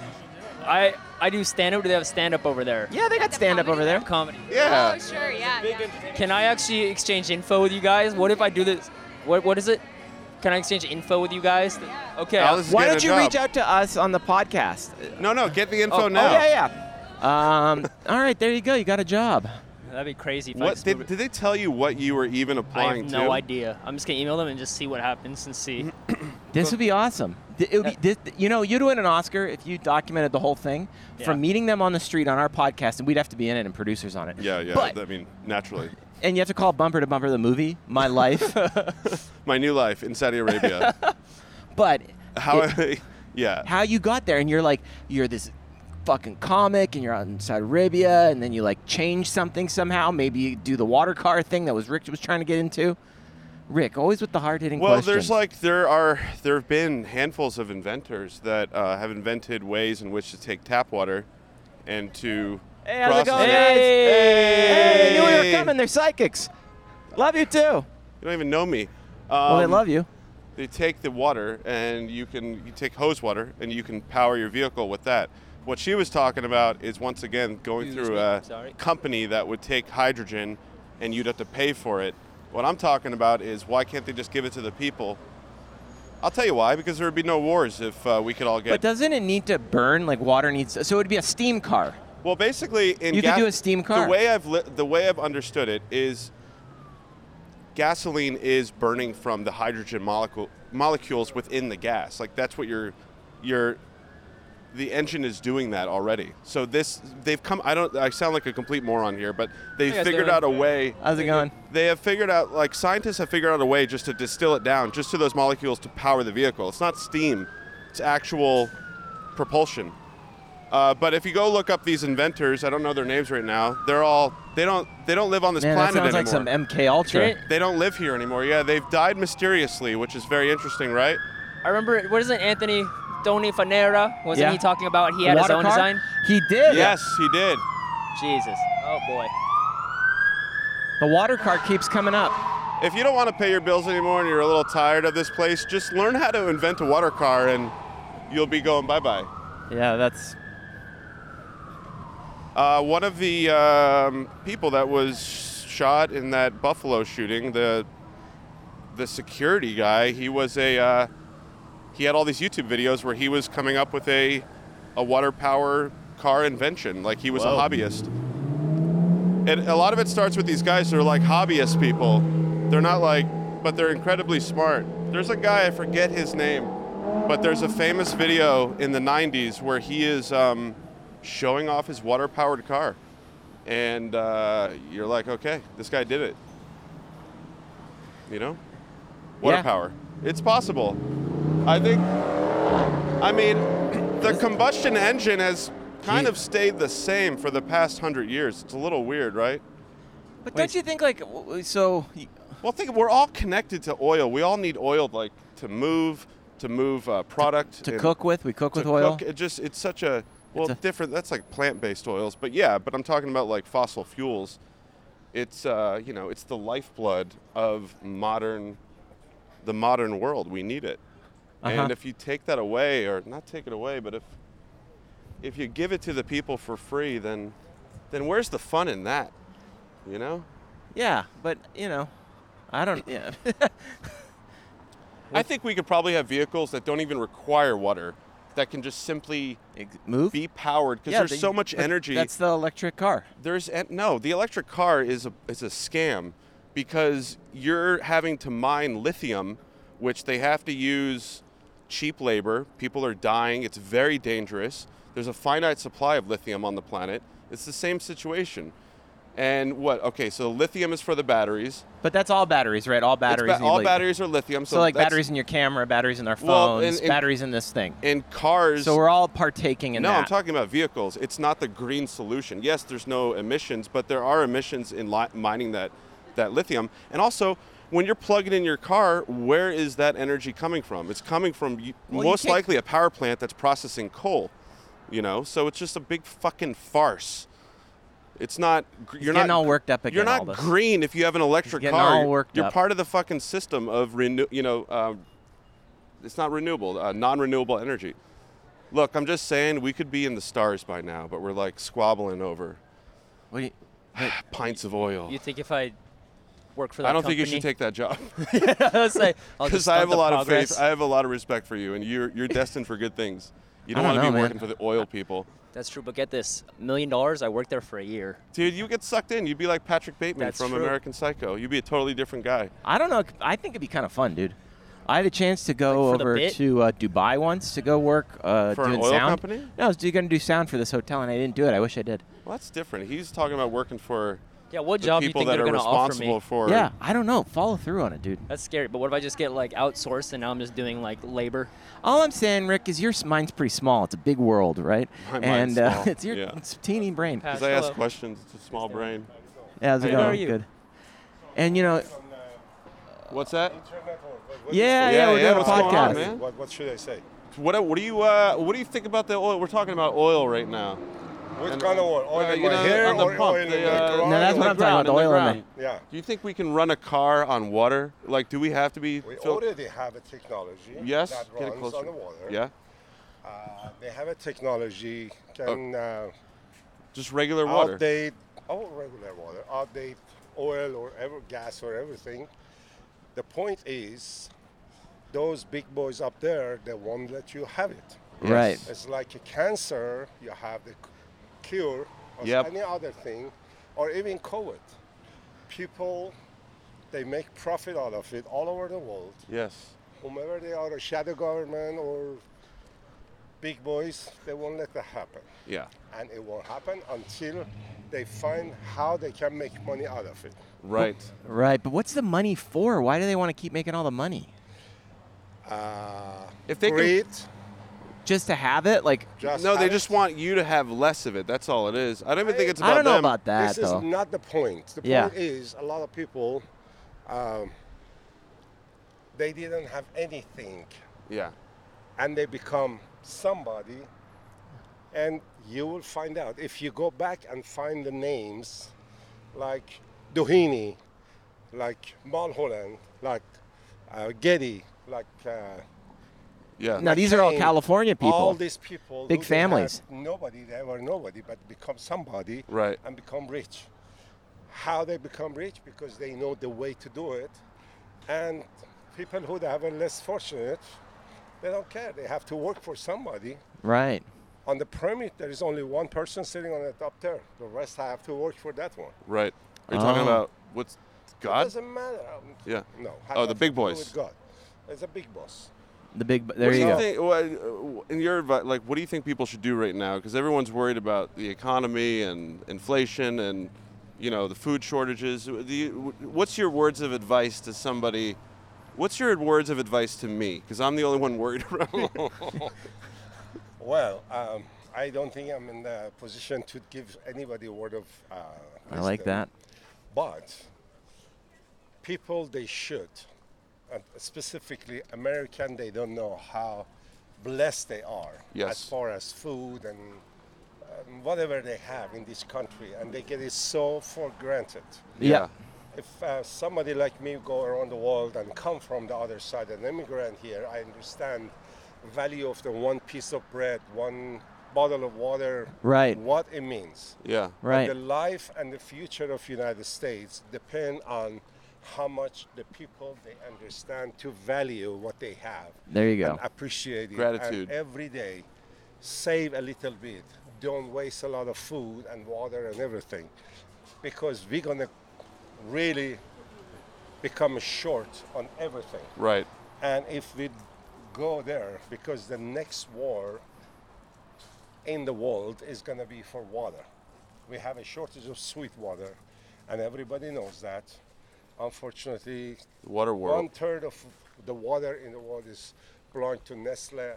S3: I I do stand up. Do they have stand up over there?
S2: Yeah, they got stand up over there.
S3: Comedy.
S1: Yeah.
S9: Oh, sure, yeah. yeah.
S3: Can I actually exchange info with you guys? What if I do this? What what is it? Can I exchange info with you guys?
S9: Yeah.
S3: Okay.
S1: Alice is
S2: Why
S1: getting
S2: don't
S1: a
S2: you reach
S1: job.
S2: out to us on the podcast?
S1: No, no, get the info
S3: Oh, oh,
S1: now.
S2: Oh yeah, yeah. Um, [laughs] all right, there you go. You got a job.
S3: That'd be crazy. If I
S1: What
S3: just
S1: did,
S3: moved-
S1: did they tell you what you were even
S3: I
S1: applying
S3: have
S1: to?
S3: no idea. I'm just gonna email them and just see what happens and see.
S2: This would be awesome. Th- It would be, this, you know, you'd win an Oscar if you documented the whole thing
S3: Yeah.
S2: from meeting them on the street on our podcast, and we'd have to be in it and producers on it.
S1: Yeah, yeah.
S2: But,
S1: I mean, naturally,
S2: and you have to call Bumper to Bumper the movie,
S1: [laughs]
S2: My Life.
S1: my new life in Saudi Arabia.
S2: but
S1: How?
S2: it-
S1: I, yeah.
S2: how you got there and you're like you're this fucking comic and you're out in Saudi Arabia and then you like change something somehow maybe you do the water car thing that was Rick was trying to get into Rick always with the hard hitting
S1: Well,
S2: questions
S1: there's like there are there have been handfuls of inventors that uh, have invented ways in which to take tap water and to
S2: hey how's it going guys
S1: Hey!
S2: hey they knew we were coming they're psychics love you too
S1: You don't even know me. Um,
S2: well they love you
S1: They take the water and you can you take hose water and you can power your vehicle with that. What she was talking about is once again going through a
S3: Sorry.
S1: company that would take hydrogen and you'd have to pay for it. What I'm talking about is why can't they just give it to the people? I'll tell you why because there would be no wars if uh, we could all
S2: but
S1: get.
S2: doesn't it need to burn like water needs so it would be a steam car
S1: well, basically in
S2: You could
S1: gas-
S2: do a steam car.
S1: The way I've li- the way I've understood it is gasoline is burning from the hydrogen molecule molecules within the gas. Like that's what your your the engine is doing that already. So this they've come. I don't. I sound like a complete moron here, but they
S3: guys
S1: figured
S3: doing?
S1: out a way.
S2: how's it going
S1: They have figured out. Like scientists have figured out a way just to distill it down, just to those molecules to power the vehicle. It's not steam. its actual propulsion. Uh, but if you go look up these inventors, I don't know their names right now. They're all they don't they don't live on this
S2: Man, that
S1: planet
S2: sounds like
S1: anymore.
S2: some MK Ultra.
S1: They don't live here anymore. Yeah, they've died mysteriously, which is very interesting, right?
S3: I remember, what is it, Anthony Tony Fanera? Wasn't
S1: Yeah.
S3: he talking about he had his
S1: Water
S3: own
S1: car?
S3: design?
S2: He did.
S1: Yes, he did.
S3: Jesus. Oh, boy.
S2: The water car keeps coming up.
S1: If you don't want to pay your bills anymore and you're a little tired of this place, just learn how to invent a water car and you'll be going bye bye.
S2: Yeah, that's.
S1: Uh, one of the um, people that was shot in that Buffalo shooting, the the security guy, he was a uh, he had all these YouTube videos where he was coming up with a a water power car invention, like he was
S12: Whoa.
S1: a hobbyist. And a lot of it starts with these guys who are like hobbyist people. They're not like, but they're incredibly smart. There's a guy I forget his name, but there's a famous video in the '90s where he is um, showing off his water-powered car, and uh, you're like, okay, this guy did it. You know, water
S12: Yeah.
S1: power. It's possible. I think. I mean, [clears throat] the combustion engine has kind of stayed the same for the past hundred years. It's a little weird, right?
S2: But don't you think like w- w- so?
S1: Well, think we're all connected to oil. We all need oil, like to move, to move uh, product.
S2: to
S1: and-
S2: cook with? We cook with
S1: to
S2: oil?
S1: Cook, it just it's such a well different. That's like plant-based oils, but yeah. But I'm talking about like fossil fuels. It's uh, you know it's the lifeblood of modern, the modern world. We need it,
S12: Uh-huh.
S1: and if you take that away, or not take it away, but if if you give it to the people for free, then then where's the fun in that? You know.
S2: Yeah, but you know, I don't. [laughs] Yeah.
S1: I think we could probably have vehicles that don't even require water, that can just simply
S2: move,
S1: be powered because
S2: Yeah,
S1: there's
S2: they-
S1: so much
S2: but
S1: energy.
S2: that's the electric car.
S1: There's en- no the electric car is a is a scam because you're having to mine lithium, which they have to use cheap labor. People are dying. It's very dangerous. There's a finite supply of lithium on the planet. It's the same situation. And what? Okay, so lithium is for the batteries.
S2: But that's all batteries, right? All
S1: It's ba-
S2: batteries. need
S1: all
S2: li-
S1: batteries are lithium.
S2: So, like
S1: that's-
S2: batteries in your camera, batteries in our phones,
S1: Well, and- and-
S2: batteries in this thing.
S1: in cars.
S2: So we're all partaking in
S1: no,
S2: that.
S1: I'm talking about vehicles. It's not the green solution. Yes, there's no emissions, but there are emissions in li- mining that that lithium. And also, when you're plugging in your car, where is that energy coming from? It's coming from y
S12: Well, you
S1: most
S12: can't-
S1: likely a power plant that's processing coal. You know, so it's just a big fucking farce. It's not. gr- You're
S2: getting
S1: not
S2: all worked up
S1: You're
S2: again, all
S1: not
S2: this.
S1: green if you have an electric
S2: getting
S1: car.
S2: all
S1: You're-
S2: worked
S1: you're
S2: up.
S1: part of the fucking system of renew. You know, um, it's not renewable, uh, non-renewable energy. Look, I'm just saying we could be in the stars by now, but we're like squabbling over [sighs] pints of oil.
S3: You think if I work for that
S1: I don't think you should
S3: company-
S1: take that
S2: [laughs]
S1: job.
S3: I was like, [laughs] I'll
S1: [laughs]
S3: just
S1: because I
S3: stunt
S1: have a
S3: the
S1: lot of
S3: progress.
S1: faith. I have a lot of respect for you, and you're you're destined for good things. You don't,
S2: I don't
S1: want to
S2: know,
S1: be
S2: man.
S1: working for the oil people,
S3: That's true, but get this million dollars, I worked there for a year.
S1: dude. You get sucked in. You'd be like Patrick Bateman
S3: That's
S1: from
S3: true.
S1: American Psycho. You'd be a totally different guy.
S2: I don't know. I think it'd be kind of fun, dude. I had a chance to go
S1: Like for the
S2: over
S1: bit?
S2: to uh, Dubai once to go work uh,
S1: For an
S2: doing
S1: oil
S2: sound.
S1: company?
S2: No, I was going to do sound for this hotel, and I didn't do it. I wish I did.
S1: Well, that's different. He's talking about working for
S3: Yeah, what
S1: the
S3: job do you
S1: people
S3: think
S1: that
S3: they're
S1: are
S3: gonna offer
S1: responsible
S3: me?
S1: for.
S2: yeah, I don't know. Follow through on it, dude.
S3: That's scary. But what if I just get like outsourced and now I'm just doing like labor?
S2: All I'm saying, Rick, is your s- mind's pretty small. It's a big world, right?
S1: My mind's
S2: and uh,
S1: small,
S2: [laughs] it's your
S1: yeah.
S2: it's teeny brain.
S1: Because I ask questions. It's a small brain.
S2: Yeah, how's it
S1: Hey,
S2: going?
S1: how are you?
S2: Good. And you know,
S1: What's that?
S2: Yeah, yeah, we're doing a
S1: what's going on,
S2: podcast.
S1: man?
S11: What, what should I say?
S1: What, what do you uh, what do you think about the oil? We're talking about oil right now.
S11: What
S1: And-
S11: kind of oil? Oil
S1: Uh,
S11: in
S1: you
S11: my
S1: know,
S11: hair
S1: on the
S11: or
S1: pump,
S11: oil in
S1: the,
S11: the
S1: uh,
S11: ground?
S2: No, that's
S1: on
S2: what
S1: the
S2: I'm talking about,
S1: ground,
S2: the
S1: in
S2: oil in
S1: ground.
S11: Yeah.
S1: Do you think we can run a car on water? Like, do we have to be?
S11: We
S1: filled-
S11: already have a technology
S1: Yes.
S11: that
S1: Get
S11: runs
S1: it closer.
S11: on the water.
S1: Yeah.
S11: Uh, they have a technology can uh,
S1: Just regular water.
S11: outdate oh regular water, outdate oil or ever gas or everything. The point is, those big boys up there, they won't let you have it.
S2: Right. Yes.
S11: It's like a cancer. You have the c- cure or
S2: Yep.
S11: any other thing, or even COVID. People, they make profit out of it all over the world
S1: Yes.
S11: whomever they are, a shadow government or big boys, they won't let that happen.
S1: Yeah.
S11: And it won't happen until they find how they can make money out of it.
S1: Right.
S2: right. But what's the money for? Why do they want to keep making all the money?
S11: Uh,
S1: If they can-
S11: greed,
S2: just to have it? Like
S1: no, they just want you to have less of it. That's all it is. I don't even think it's
S2: I
S1: about
S2: don't know
S1: them.
S2: about that.
S11: this
S2: though.
S11: is not the point. The
S2: Yeah.
S11: point is a lot of people, um, they didn't have anything,
S1: Yeah.
S11: and they become somebody, and you will find out if you go back and find the names, like Doheny, like Mulholland, like uh, Getty, like. Uh,
S1: Yeah.
S2: Now, these are all
S11: McCain,
S2: California people.
S11: All these
S2: Big
S11: people, who they had
S2: families.
S11: Nobody, they were nobody, but become somebody,
S1: Right.
S11: And become rich. How they become rich because they know the way to do it, and people who they have are less fortunate, they don't care. They have to work for somebody.
S2: Right.
S11: On the permit, there is only one person sitting on the top there. The rest have to work for that one.
S1: Right. Are you talking
S2: Oh.
S1: about what's God?
S11: It doesn't matter. Um,
S1: Yeah.
S11: No. had
S1: Oh, the
S11: nothing
S1: big
S11: to do
S1: boys.
S11: with God. It's a big boss.
S2: The big there
S1: What do
S2: you go.
S1: Think, what, uh, in your advice, like, what do you think people should do right now? Because everyone's worried about the economy and inflation and, you know, the food shortages. Do you, what's your words of advice to somebody? What's your words of advice to me? Because I'm the only one worried [laughs] around.
S11: Well, um, I don't think I'm in the position to give anybody a word of. Uh,
S2: I like
S11: wisdom.
S2: that.
S11: But people, they should, and specifically American, they don't know how blessed they are as
S1: Yes.
S11: far as food and um, whatever they have in this country, and they get it so for granted.
S2: Yeah.
S11: If uh, somebody like me go around the world and come from the other side, an immigrant here, I understand value of the one piece of bread, one bottle of water,
S2: Right.
S11: What it means.
S1: Yeah.
S11: But
S2: Right.
S11: the life and the future of United States depend on how much the people they understand to value what they have.
S2: There you go.
S11: And appreciate it.
S1: Gratitude.
S11: And every day, save a little bit. Don't waste a lot of food and water and everything, because we're gonna really become short on everything.
S1: right.
S11: And if we go there, because the next war in the world is going to be for water. We have a shortage of sweet water, and everybody knows that. Unfortunately,
S1: Water world.
S11: one third of the water in the world is belong to Nestle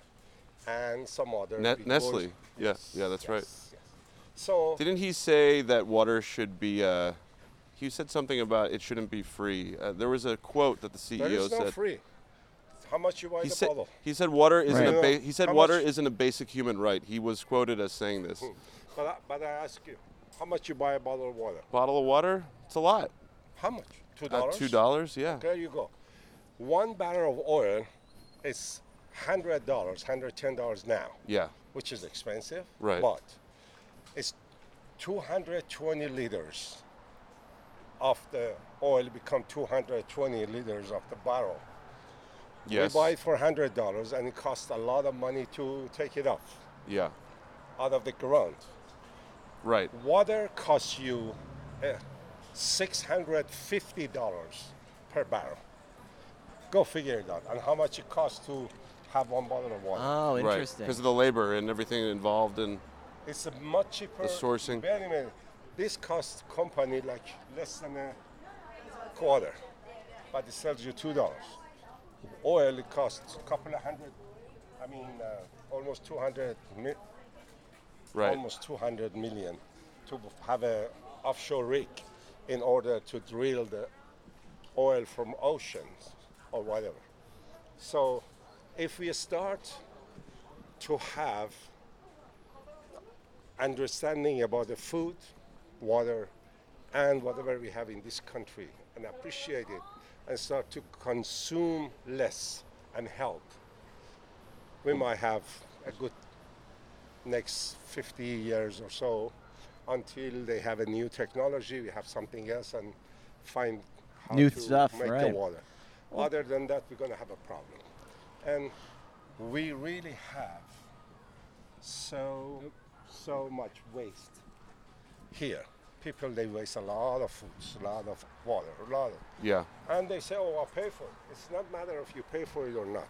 S11: and some other.
S1: Ne-
S11: big
S1: Nestle.
S11: boys.
S1: Yeah. Yeah, that's right.
S11: So
S1: Didn't he say that water should be? Uh, he said something about it shouldn't be free. Uh, there was a quote that the CEO
S11: there is no
S1: said.
S11: free. How much you buy
S1: He
S11: the
S1: said,
S11: bottle?
S1: he said water isn't
S11: Right.
S1: a ba- he said
S11: How
S1: water
S11: much-
S1: isn't a basic human right. He was quoted as saying this.
S11: But I, but I ask you, how much you buy a bottle of water?
S1: Bottle of water, it's a lot.
S11: How much? Two
S1: Uh,
S11: dollars.
S1: Two dollars, yeah.
S11: There you go. One barrel of oil is hundred dollars, hundred ten dollars now,
S1: Yeah.
S11: which is expensive.
S1: Right.
S11: But it's two hundred twenty liters of the oil become two hundred twenty liters of the barrel.
S1: Yes.
S11: We buy it for hundred dollars, and it costs a lot of money to take it off
S1: Yeah.
S11: out of the ground.
S1: Right.
S11: Water costs you uh, six hundred fifty dollars per barrel. Go figure it out, and how much it costs to have one bottle of water.
S2: Oh,
S1: Right.
S2: interesting.
S1: Because of the labor and everything involved in
S11: It's a much cheaper.
S1: The sourcing.
S11: Wait a minute. This costs company like less than a quarter, but it sells you two dollars. Oil it costs a couple of hundred. I mean, uh, almost two hundred. Mi-
S1: right.
S11: almost 200 million to have a offshore rig in order to drill the oil from oceans or whatever. So if we start to have understanding about the food, water, and whatever we have in this country and appreciate it and start to consume less and help, we
S2: Hmm.
S11: might have a good next 50 years or so until they have a new technology, we have something else, and find how
S2: New
S11: to
S2: stuff,
S11: make the
S2: right.
S11: water. Other than that, we're going to have a problem. And we really have so, so much waste here. People, they waste a lot of foods, a lot of water, a lot of
S1: Yeah.
S11: and they say, oh, I'll pay for it. It's not matter if you pay for it or not.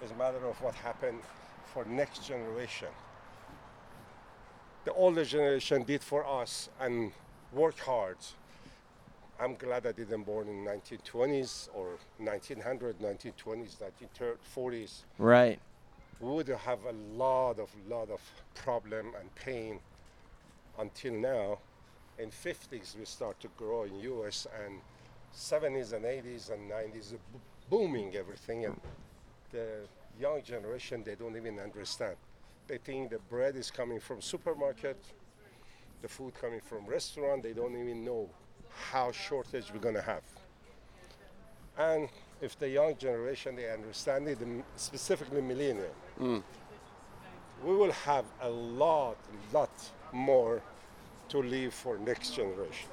S11: It's a matter of what happened for next generation. The older generation did for us and worked hard. I'm glad I didn't born in 1920s or 1900, 1920s, 1940s.
S2: Right.
S11: we would have a lot of lot of problem and pain until now. In 50s we start to grow in U.S. and 70s and 80s and 90s are bo- booming everything and the young generation they don't even understand. They think the bread is coming from supermarket, the food coming from restaurant. They don't even know how shortage we're gonna have. And if the young generation they understand it, and specifically millennial,
S1: Mm.
S11: we will have a lot, lot more to leave for next generation.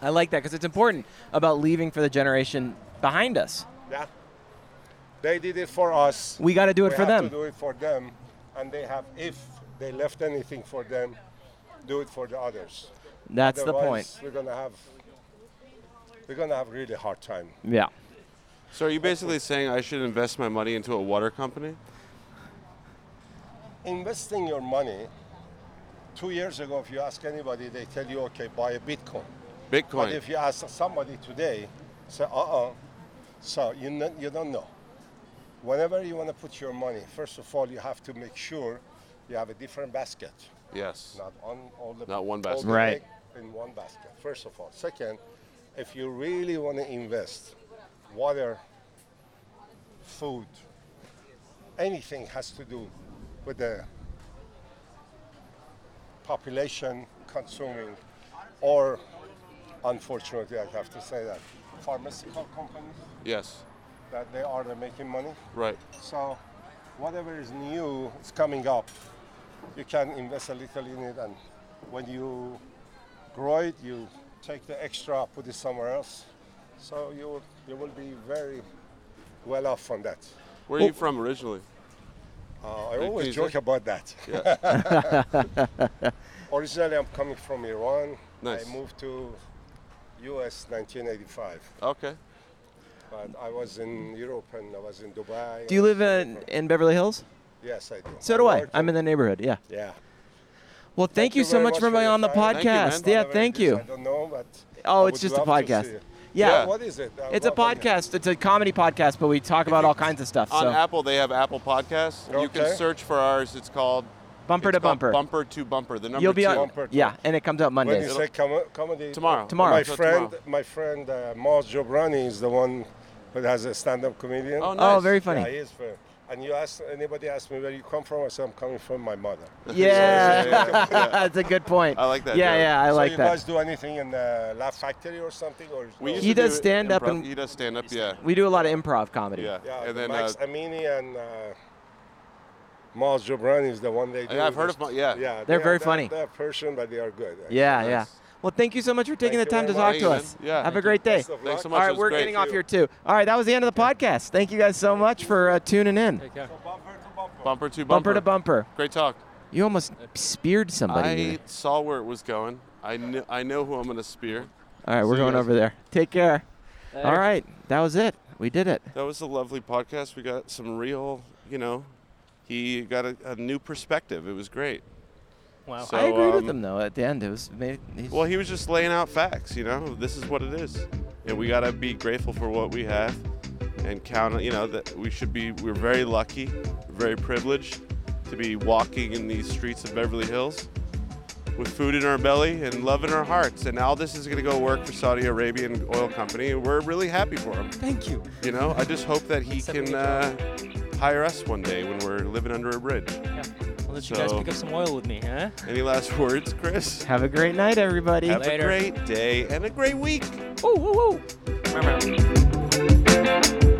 S2: I like that because it's important about leaving for the generation behind us.
S11: Yeah, they did it for us.
S2: We got to do it
S11: we
S2: for
S11: have
S2: them.
S11: To do it for them, and they have if they left anything for them, do it for the others.
S2: That's the
S11: Otherwise, We're gonna have we're gonna have really hard time.
S2: Yeah.
S1: So are you basically saying I should invest my money into a water company?
S11: investing your money two years ago if you ask anybody they tell you okay buy a bitcoin but
S1: Bitcoin.
S11: if you ask somebody today say uh-uh so you, kn- you don't know whenever you want to put your money first of all you have to make sure you have a different basket
S1: Yes.
S11: not on all the
S1: Not one
S11: all
S1: basket.
S11: the
S1: Right.
S11: egg in one basket first of all second if you really want to invest water food anything has to do with the population consuming or unfortunately i have to say that pharmaceutical companies
S1: Yes.
S11: that they are making money
S1: Right.
S11: so whatever is new is coming up you can invest a little in it and when you grow it you take the extra put it somewhere else so you, you will be very well off on that
S1: Where are you from originally?
S11: uh, I
S1: Like
S11: always
S1: these,
S11: joke
S1: eh?
S11: about that.
S1: Yeah. [laughs]
S11: [laughs] Originally, I'm coming from Iran.
S1: Nice.
S11: I moved to U.S. 1985,
S1: Okay.
S11: but I was in Europe and I was in Dubai.
S2: Do you live in, in Beverly Hills?
S11: Yes, I do.
S2: So do I. I'm in the neighborhood. Yeah.
S11: Yeah.
S2: Well, thank, you, so
S11: very
S2: much
S11: much
S2: for
S11: for
S2: being
S11: your
S2: on the
S11: time. Thank you, man.
S2: podcast. yeah,
S11: Whatever it
S2: thank
S11: is,
S2: you.
S11: I don't know, but
S2: Oh,
S11: I
S2: it's
S11: would
S2: just a
S11: love to see
S2: podcast.
S11: you.
S2: Yeah.
S11: Yeah, what is it? I
S2: It's a
S11: love it.
S2: podcast. It's a comedy podcast, but we talk about all kinds of stuff.
S1: On
S2: so
S1: Apple, they have Apple Podcasts. You
S2: Okay.
S1: can search for ours. It's called
S2: Bumper
S1: it's
S2: to
S1: called
S2: Bumper.
S1: Bumper to Bumper. The number
S2: you'll be
S1: two.
S2: on.
S1: [laughs]
S2: yeah, and it comes out
S11: When you
S2: Mondays.
S11: say com- comedy,
S1: Tomorrow.
S2: Tomorrow.
S11: My
S1: So
S11: friend,
S1: tomorrow.
S11: my friend, uh, Maz Jobrani is the one who has a stand-up comedian.
S2: Oh, nice. Oh, very funny.
S11: Yeah, he is very. And you ask anybody ask me where you come from, I say I'm coming from my mother. [laughs]
S2: Yeah, [laughs] that's a good point. I like
S11: that
S2: Yeah,
S11: joke.
S2: yeah, I
S11: So
S2: like
S11: you
S2: that.
S11: guys do anything in the Laugh Factory or something, or
S1: We
S11: no?
S1: used
S2: He
S1: to
S2: does
S1: do
S2: stand up
S1: improv-
S2: and-
S1: he does stand up. Yeah.
S2: we do a lot of improv comedy.
S1: Yeah.
S11: Yeah,
S1: and then
S11: Max
S1: uh,
S11: Amini and uh, Miles Jobrani is the one they do.
S1: Yeah, I've heard of
S11: this-
S1: Ma- yeah.
S11: yeah,
S2: They're
S11: they are-
S2: very funny.
S11: They're Persian, but they are good. actually.
S2: Yeah, yeah. Well, thank you so much for taking
S11: Thank
S2: the time to
S11: you
S2: talk
S11: very much.
S2: to
S11: Thank
S2: us.
S11: you, man. Yeah.
S2: Have a
S11: Thank
S2: great
S11: you.
S2: day.
S11: Best of Thanks
S1: so luck. much.
S2: All
S1: It
S2: right,
S1: was
S2: we're
S1: great.
S2: getting
S1: Thank
S2: off
S1: you.
S2: here too. All right, that was the end of the podcast. Thank you guys so much for uh, tuning in.
S8: Take care.
S1: Bumper to
S2: Bumper
S1: Bumper.
S2: to bumper.
S1: Great talk.
S2: You almost speared somebody.
S1: I
S2: here.
S1: saw where it was going. I kn- I know who I'm gonna spear.
S2: All right, we're
S1: See you
S2: going
S1: guys.
S2: over there. Take care. All
S1: Later.
S2: right, that was it. We did it.
S1: That was a lovely podcast. We got some real, you know, he got a, a new perspective. It was great.
S3: Wow.
S1: So,
S2: I agreed with
S1: um,
S2: him though. At the end, it was made. he's-
S1: Well, he was just laying out facts, you know. This is what it is. And we got to be grateful for what we have and count, on- you know, that we should be, we're very lucky, very privileged to be walking in these streets of Beverly Hills with food in our belly and love in our hearts. And all this is going to go work for Saudi Arabian Oil Company. And we're really happy for him.
S2: Thank you.
S1: You know, I just hope that he can uh, hire us one day when we're living under a bridge.
S3: Yeah. I'll let you guys
S1: So-
S3: pick up some oil with me, huh?
S1: Any last [laughs] words, Chris?
S2: Have a great night, everybody.
S1: Have a great day and a great week.
S2: Ooh, ooh, ooh.